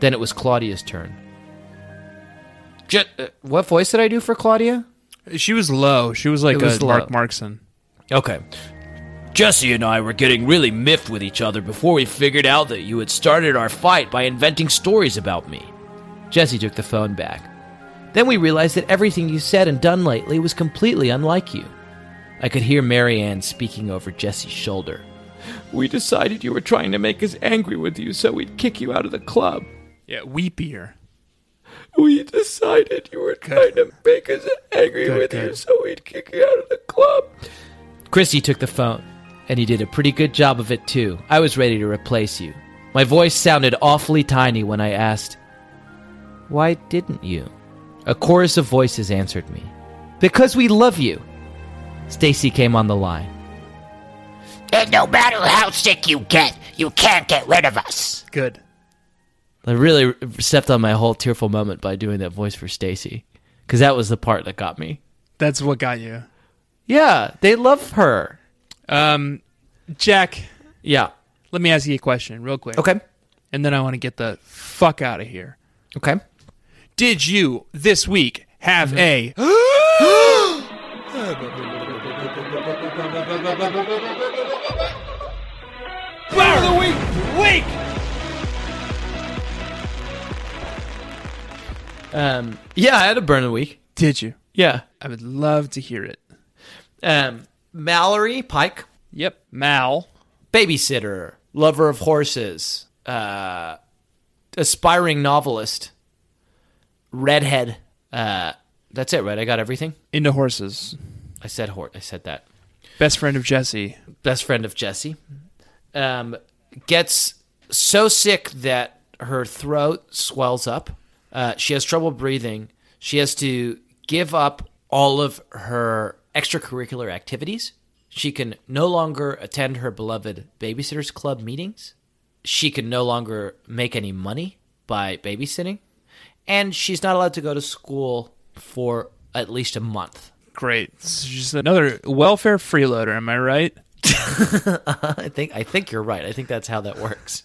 S4: Then it was Claudia's turn. Ju- uh, what voice did I do for Claudia?
S3: She was low. She was like
S4: It was
S3: a Mark
S4: low.
S3: Markson.
S4: Okay. Jesse and I were getting really miffed with each other before we figured out that you had started our fight by inventing stories about me. Jesse took the phone back. Then we realized that everything you said and done lately was completely unlike you. I could hear Marianne speaking over Jesse's shoulder. We decided you were trying to make us angry with you, so we'd kick you out of the club.
S3: Yeah, weepier.
S4: We decided you were trying to make us angry with you, so we'd kick you out of the club. Christy took the phone, and he did a pretty good job of it, too. I was ready to replace you. My voice sounded awfully tiny when I asked, Why didn't you? A chorus of voices answered me, Because we love you. Stacy came on the line.
S7: And no matter how sick you get, you can't get rid of us.
S3: Good.
S4: I really stepped on my whole tearful moment by doing that voice for Stacy, because that was the part that got me.
S3: That's what got you.
S4: Yeah, they love her.
S3: Um, Jack,
S4: Yeah.
S3: let me ask you a question real quick.
S4: Okay.
S3: And then I want to get the fuck out of here.
S4: Okay.
S3: Did you this week have a Flower of the Week? Week!
S4: Um, yeah, I had a burn of the week.
S3: Did you?
S4: Yeah.
S3: I would love to hear it.
S4: Um, Mallory Pike,
S3: Yep. Mal.
S4: babysitter, lover of horses, uh, aspiring novelist, redhead. Uh, that's it, right? I got everything.
S3: Into horses.
S4: I said Hort. I said that.
S3: Best friend of Jesse.
S4: best friend of Jesse, um, gets so sick that her throat swells up. Uh, she has trouble breathing. She has to give up all of her extracurricular activities. She can no longer attend her beloved Babysitters Club meetings. She can no longer make any money by babysitting. And she's not allowed to go to school for at least a month.
S3: Great. It's just another welfare freeloader, am I right?
S4: I think I think you're right. I think that's how that works.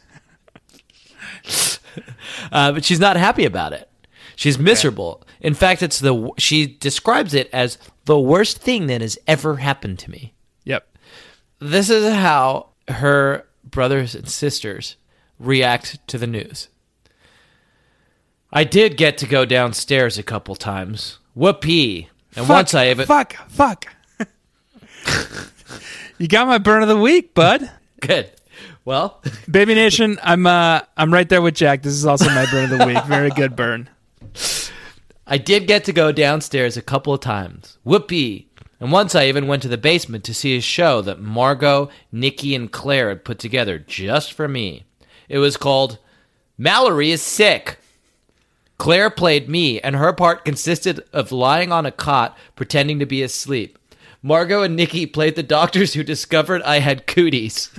S4: uh, but she's not happy about it. She's miserable. In fact, it's the w- she describes it as the worst thing that has ever happened to me.
S3: Yep.
S4: This is how her brothers and sisters react to the news. I did get to go downstairs a couple times. Whoopee. And once I even
S3: fuck fuck. you got my burn of the week, bud.
S4: good. Well,
S3: Baby Nation, I'm uh I'm right there with Jack. This is also my burn of the week. Very good burn.
S4: I did get to go downstairs a couple of times. Whoopee. And once I even went to the basement to see a show that Margot, Nikki, and Claire had put together just for me. It was called Mallory is Sick. Claire played me, and her part consisted of lying on a cot pretending to be asleep. Margot and Nikki played the doctors who discovered I had cooties.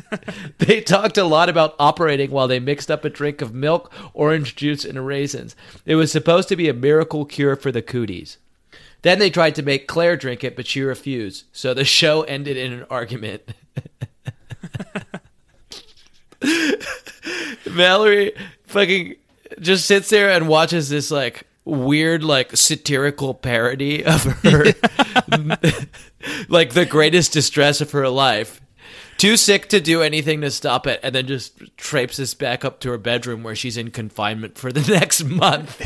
S4: they talked a lot about operating while they mixed up a drink of milk, orange juice, and raisins. It was supposed to be a miracle cure for the cooties. Then they tried to make Claire drink it, but she refused. So the show ended in an argument. Mallory fucking just sits there and watches this like weird like satirical parody of her like the greatest distress of her life. Too sick to do anything to stop it, and then just traipses back up to her bedroom where she's in confinement for the next month.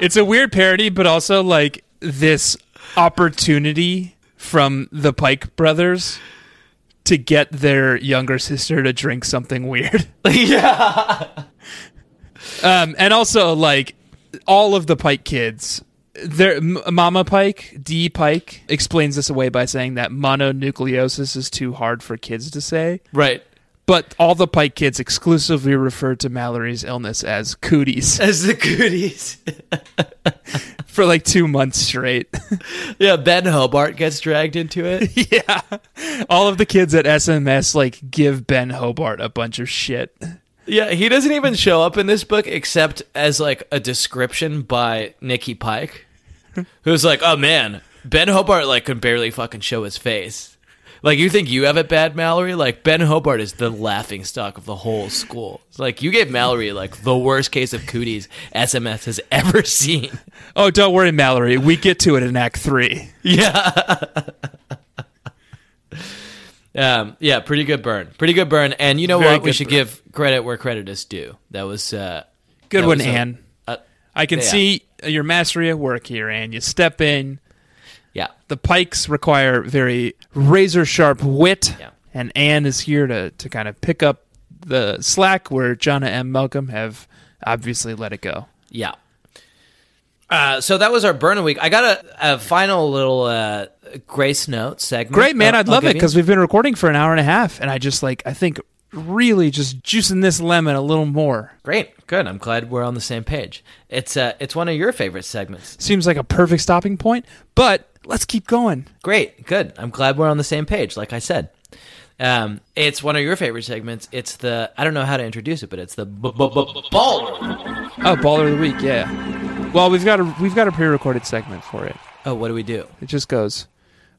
S3: It's a weird parody, but also like this opportunity from the Pike brothers to get their younger sister to drink something weird.
S4: yeah.
S3: Um, and also like all of the Pike kids. Their M- Mama Pike, D Pike, explains this away by saying that mononucleosis is too hard for kids to say.
S4: Right.
S3: But all the Pike kids exclusively refer to Mallory's illness as cooties
S4: As the goodies.
S3: for like two months straight.
S4: yeah, Ben Hobart gets dragged into it.
S3: yeah. All of the kids at SMS like give Ben Hobart a bunch of shit.
S4: Yeah, he doesn't even show up in this book except as like a description by Nikki Pike, who's like, "Oh man, Ben Hobart like can barely fucking show his face." Like you think you have it bad, Mallory? Like Ben Hobart is the laughing stock of the whole school. It's like you gave Mallory like the worst case of cooties SMS has ever seen.
S3: Oh, don't worry, Mallory. We get to it in Act 3.
S4: Yeah. um, yeah, pretty good burn. Pretty good burn. And you know
S3: Very
S4: what? We
S3: good
S4: should
S3: burn.
S4: give credit where credit is due. That was uh,
S3: Good
S4: that
S3: one,
S4: was a-
S3: Anne.
S4: a-
S3: I can
S4: yeah.
S3: see your mastery at work here, Anne. You step in.
S4: yeah.
S3: The pikes require very razor sharp wit,
S4: Yeah.
S3: and Anne is here to, to kind of pick up the slack where Jonna and Malcolm have obviously let it go.
S4: Yeah. Uh, so that was our burn of the week. I got a, a final little uh, grace note segment.
S3: Great, man.
S4: I'll-
S3: I'd
S4: I'll
S3: love it
S4: give you.
S3: because we've been recording for an hour and a half, and I just like, I think really just juicing this lemon a little more.
S4: great, good. I'm glad we're on the same page. It's uh, it's one of your favorite segments.
S3: Seems like a perfect stopping point, but let's keep going.
S4: Great, good. I'm glad we're on the same page. Like I said, um, it's one of your favorite segments. It's the I don't know how to introduce it, but it's the b- b- b- baller.
S3: Oh, baller of the week, yeah. Well, we've got a we've got a pre-recorded segment for it.
S4: Oh, what do we do?
S3: It just goes,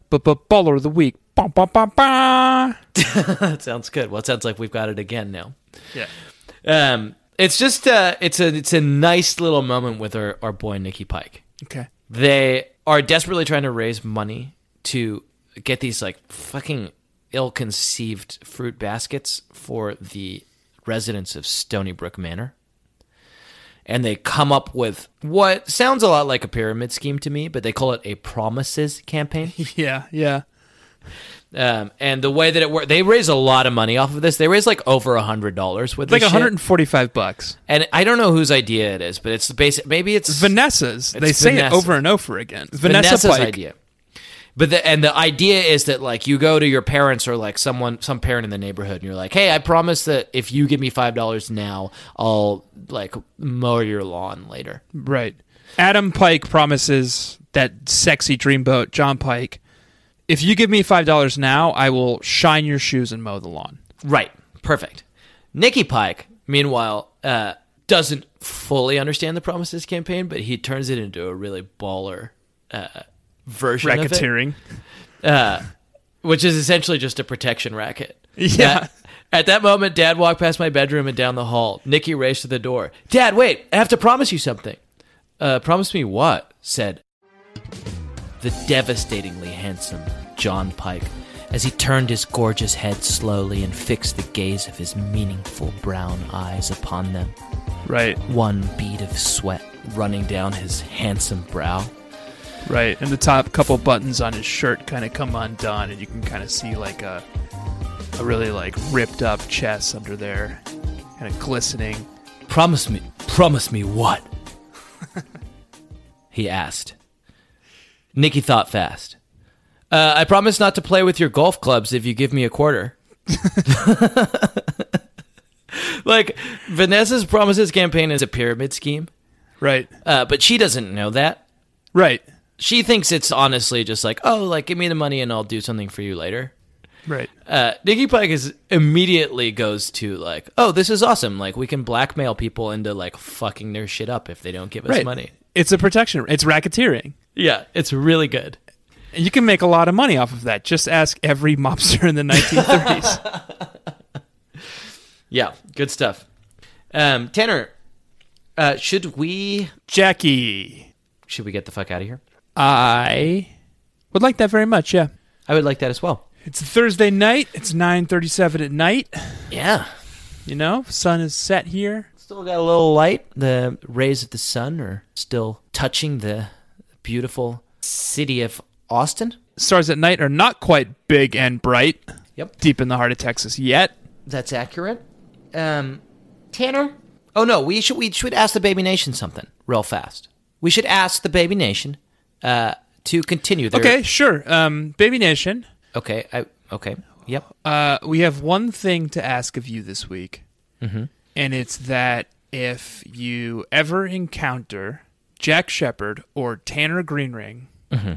S3: but but baller of the week. Ba, ba, ba, ba.
S4: That sounds good. Well, it sounds like we've got it again now.
S3: Yeah.
S4: Um, it's just uh, it's a it's a nice little moment with our our boy Nikki Pike.
S3: Okay.
S4: they are desperately trying to raise money to get these like fucking ill-conceived fruit baskets for the residents of Stony Brook Manor. And they come up with what sounds a lot like a pyramid scheme to me, but they call it a promises campaign.
S3: Yeah, yeah.
S4: um, and the way that it works, they raise a lot of money off of this. They raise like over a hundred dollars with
S3: Like
S4: this shit.
S3: 145 bucks.
S4: And I don't know whose idea it is, but it's the basic. Maybe it's
S3: Vanessa's. they
S4: It's
S3: say it
S4: Vanessa.
S3: over and over again. Vanessa
S4: Vanessa's
S3: Pike.
S4: idea. But the, and the idea is that like you go to your parents or like someone some parent in the neighborhood and you're like, "Hey, I promise that if you give me $5 now, I'll like mow your lawn later."
S3: Right. Adam Pike promises that sexy dreamboat, John Pike, if you give me $5 now, I will shine your shoes and mow the lawn.
S4: Right. Perfect. Nikki Pike, meanwhile, uh, doesn't fully understand the promises campaign, but he turns it into a really baller uh, version of it,
S3: Racketeering.
S4: which is essentially just a protection racket.
S3: Yeah.
S4: At, at that moment, Dad walked past my bedroom and down the hall. Nikki raced to the door. Dad, wait! I have to promise you something. Uh, Promise Me What said the devastatingly handsome John Pike as he turned his gorgeous head slowly and fixed the gaze of his meaningful brown eyes upon them
S3: Right,
S4: one bead of sweat running down his handsome brow.
S3: right. And the top couple buttons on his shirt kind of come undone, and you can kind of see like a a really like ripped up chest under there, kind of glistening.
S4: Promise me, promise me what? he asked. Nikki thought fast. Uh, I promise not to play with your golf clubs if you give me a quarter. like, Vanessa's promises campaign is a pyramid scheme,
S3: Right,
S4: uh, but she doesn't know that.
S3: right,
S4: She thinks it's honestly just like, oh, like, give me the money and I'll do something for you later.
S3: right.
S4: uh, Nikki Pike is immediately goes to like, oh, this is awesome. Like we can blackmail people into like fucking their shit up if they don't give us
S3: right.
S4: money.
S3: It's a protection. It's racketeering.
S4: Yeah, it's really good.
S3: And you can make a lot of money off of that. Just ask every mobster in the 1930s.
S4: Yeah, good stuff. Um, Tanner, uh, should we
S3: Jackie,
S4: should we get the fuck out of here?
S3: I would like that very much. Yeah.
S4: I would like that as well.
S3: It's a Thursday night. It's 9:37 at night.
S4: Yeah,
S3: You know, sun is set here.
S4: still got a little light. The rays of the sun are still touching the beautiful city of Austin.
S3: Stars at night are not quite big and bright.
S4: Yep.
S3: Deep in the heart of Texas yet.
S4: That's accurate. Um, Tanner. Oh no, we should we should ask the Baby Nation something real fast. We should ask the Baby Nation uh, to continue. Their,
S3: Okay, sure. Um, Baby Nation,
S4: Okay. I, okay. Yep.
S3: uh, we have one thing to ask of you this week, and it's that if you ever encounter Jack Shepard or Tanner Greenring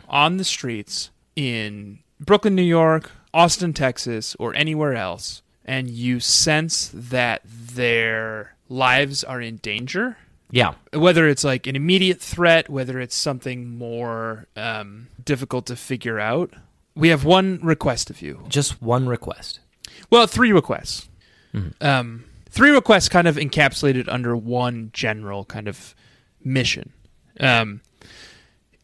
S3: on the streets in Brooklyn, New York, Austin, Texas, or anywhere else, and you sense that their lives are in danger,
S4: Yeah.
S3: whether it's like an immediate threat, whether it's something more um, difficult to figure out. We have one request of you.
S4: Just one request.
S3: Well, three requests.
S4: Mm-hmm.
S3: Um, three requests kind of encapsulated under one general kind of mission. Um,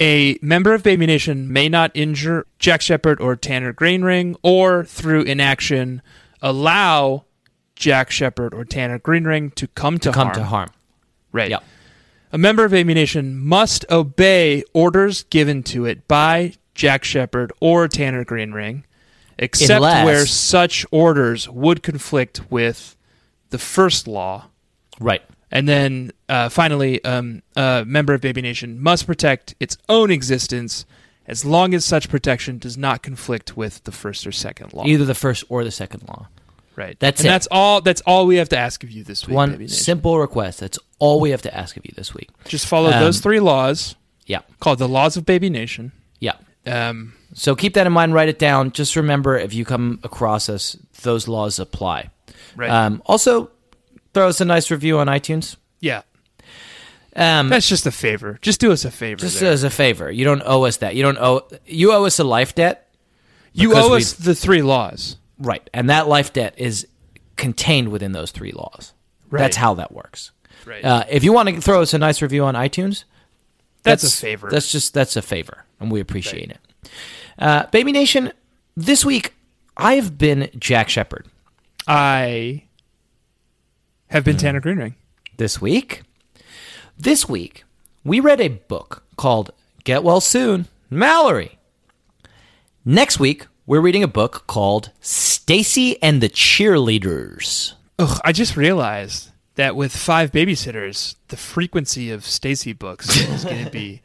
S3: a member of Baby Nation may not injure Jack Shepard or Tanner Greenring, or through inaction, allow Jack Shepard or Tanner Greenring to come to,
S4: Come
S3: harm.
S4: to harm.
S3: Right.
S4: Yep.
S3: A member of Baby Nation must obey orders given to it by Jack Shepard or Tanner Greenring, except
S4: Unless-
S3: where such orders would conflict with the first law.
S4: Right.
S3: And then uh, finally, um, a member of Baby Nation must protect its own existence as long as such protection does not conflict with the first or second law.
S4: Either the first or the second law.
S3: right.
S4: that's
S3: and
S4: it.
S3: That's all. That's all we have to ask of you this week. Baby
S4: One
S3: Nation.
S4: simple request. That's all we have to ask of you this week.
S3: Just follow
S4: Um,
S3: those three laws
S4: Yeah.
S3: called the laws of Baby Nation.
S4: Yeah.
S3: Um,
S4: So keep that in mind. Write it down. Just remember, if you come across us, those laws apply.
S3: Right.
S4: Um, also, throw us a nice review on iTunes.
S3: yeah.
S4: Um,
S3: That's just a favor. Just do us a favor.
S4: just
S3: there.
S4: as a favor, you don't owe us that. You don't owe you owe us a life debt,
S3: you
S4: because
S3: owe
S4: we-
S3: us the three laws.
S4: right? And that life debt is contained within those three laws.
S3: Right.
S4: That's how that works.
S3: Right.
S4: Uh, if you want to throw us a nice review on iTunes,
S3: that's, a favor.
S4: That's just that's a favor, and we appreciate it. Uh, Baby Nation, this week I've been Jack Shepard.
S3: I have
S4: Hmm.
S3: been Tanner Greenring.
S4: this week. This week, we read a book called Get Well Soon, Mallory. Next week, we're reading a book called Stacy and the Cheerleaders.
S3: Ugh, I just realized that with five babysitters, the frequency of Stacy books is going to be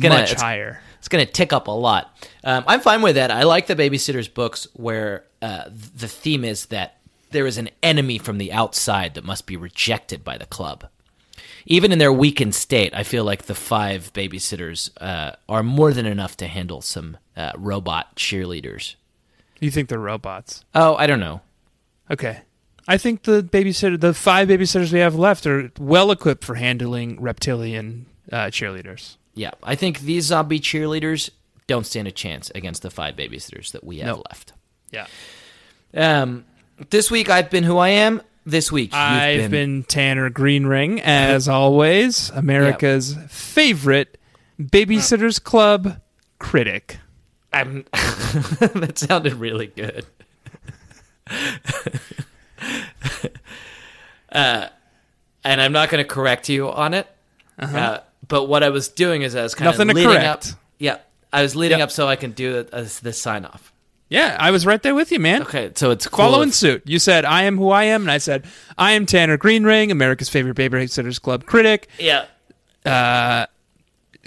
S4: gonna-
S3: much
S4: it's-
S3: higher.
S4: It's going to tick up a lot. Um, I'm fine with that. I like the babysitter's books where uh, the theme is that there is an enemy from the outside that must be rejected by the club. Even in their weakened state, I feel like the five babysitters uh, are more than enough to handle some uh, robot cheerleaders.
S3: You think they're robots?
S4: Oh, I don't know.
S3: Okay. I think the babysitter, the five babysitters we have left, are well equipped for handling reptilian uh, cheerleaders.
S4: Yeah, I think these zombie cheerleaders don't stand a chance against the five babysitters that we have
S3: No.
S4: left.
S3: Yeah.
S4: Um, this week I've been who I am. this week? you've
S3: I've been, Tanner Greenring, as always, America's favorite Babysitters Club critic.
S4: I'm, that sounded really good. uh, Uh, and I'm not going to correct you on it. Uh, but what I was doing is I was kind
S3: Uh-huh. Nothing to
S4: of leading up.
S3: correct.
S4: Yeah, I was leading
S3: Yep.
S4: up so I can do the- uh, this sign off.
S3: Yeah, I was right there with you, man.
S4: Okay, so it's cool
S3: Following
S4: if-
S3: suit. You said, I am who I am, and I said, I am Tanner Greenring, America's favorite Babysitters Club critic.
S4: Yeah,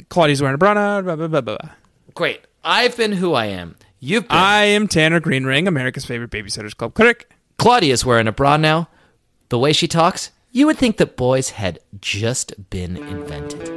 S3: Claudia's wearing a bra. Blah, blah, blah, blah.
S4: great. I've been who I am. You've been.
S3: I am Tanner Greenring, America's favorite Babysitters Club critic.
S4: Claudia's wearing a bra now. The way she talks, you would think that boys had just been invented.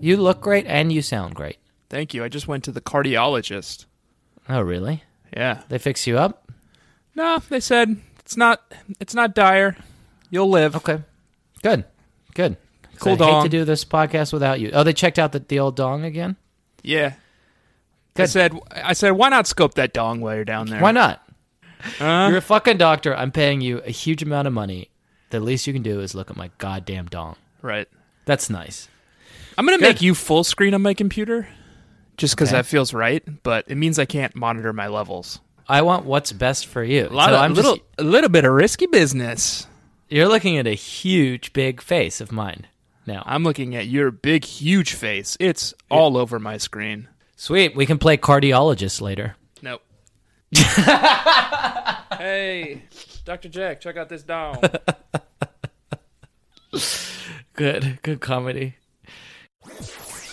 S4: You look great and you sound great.
S3: Thank you. I just went to the cardiologist.
S4: Oh, really?
S3: Yeah.
S4: They fix you up?
S3: No, they said it's not. It's not dire. You'll live.
S4: Okay. Good. Good. 'Cause
S3: Cool
S4: I hate to
S3: dong.
S4: do this podcast without you. Oh, they checked out the, the old dong again?
S3: Yeah. I
S4: Good.
S3: said. I said, why not scope that dong while you're down there?
S4: Why not?
S3: Huh?
S4: You're a fucking doctor. I'm paying you a huge amount of money. The least you can do is look at my goddamn dong.
S3: Right.
S4: That's nice.
S3: I'm gonna
S4: Good.
S3: make you full screen on my computer, just because
S4: Okay.
S3: that feels right. But it means I can't monitor my levels.
S4: I want what's best for
S3: A
S4: you.
S3: lot
S4: So
S3: of
S4: I'm
S3: little,
S4: just,
S3: a little bit of risky business.
S4: you're looking at a huge, big face of mine now.
S3: I'm looking at your big, huge face. It's all over my screen.
S4: Sweet. We can play cardiologist later.
S3: Nope. hey, Dr. Jack, check out this dong.
S4: Good. Good comedy.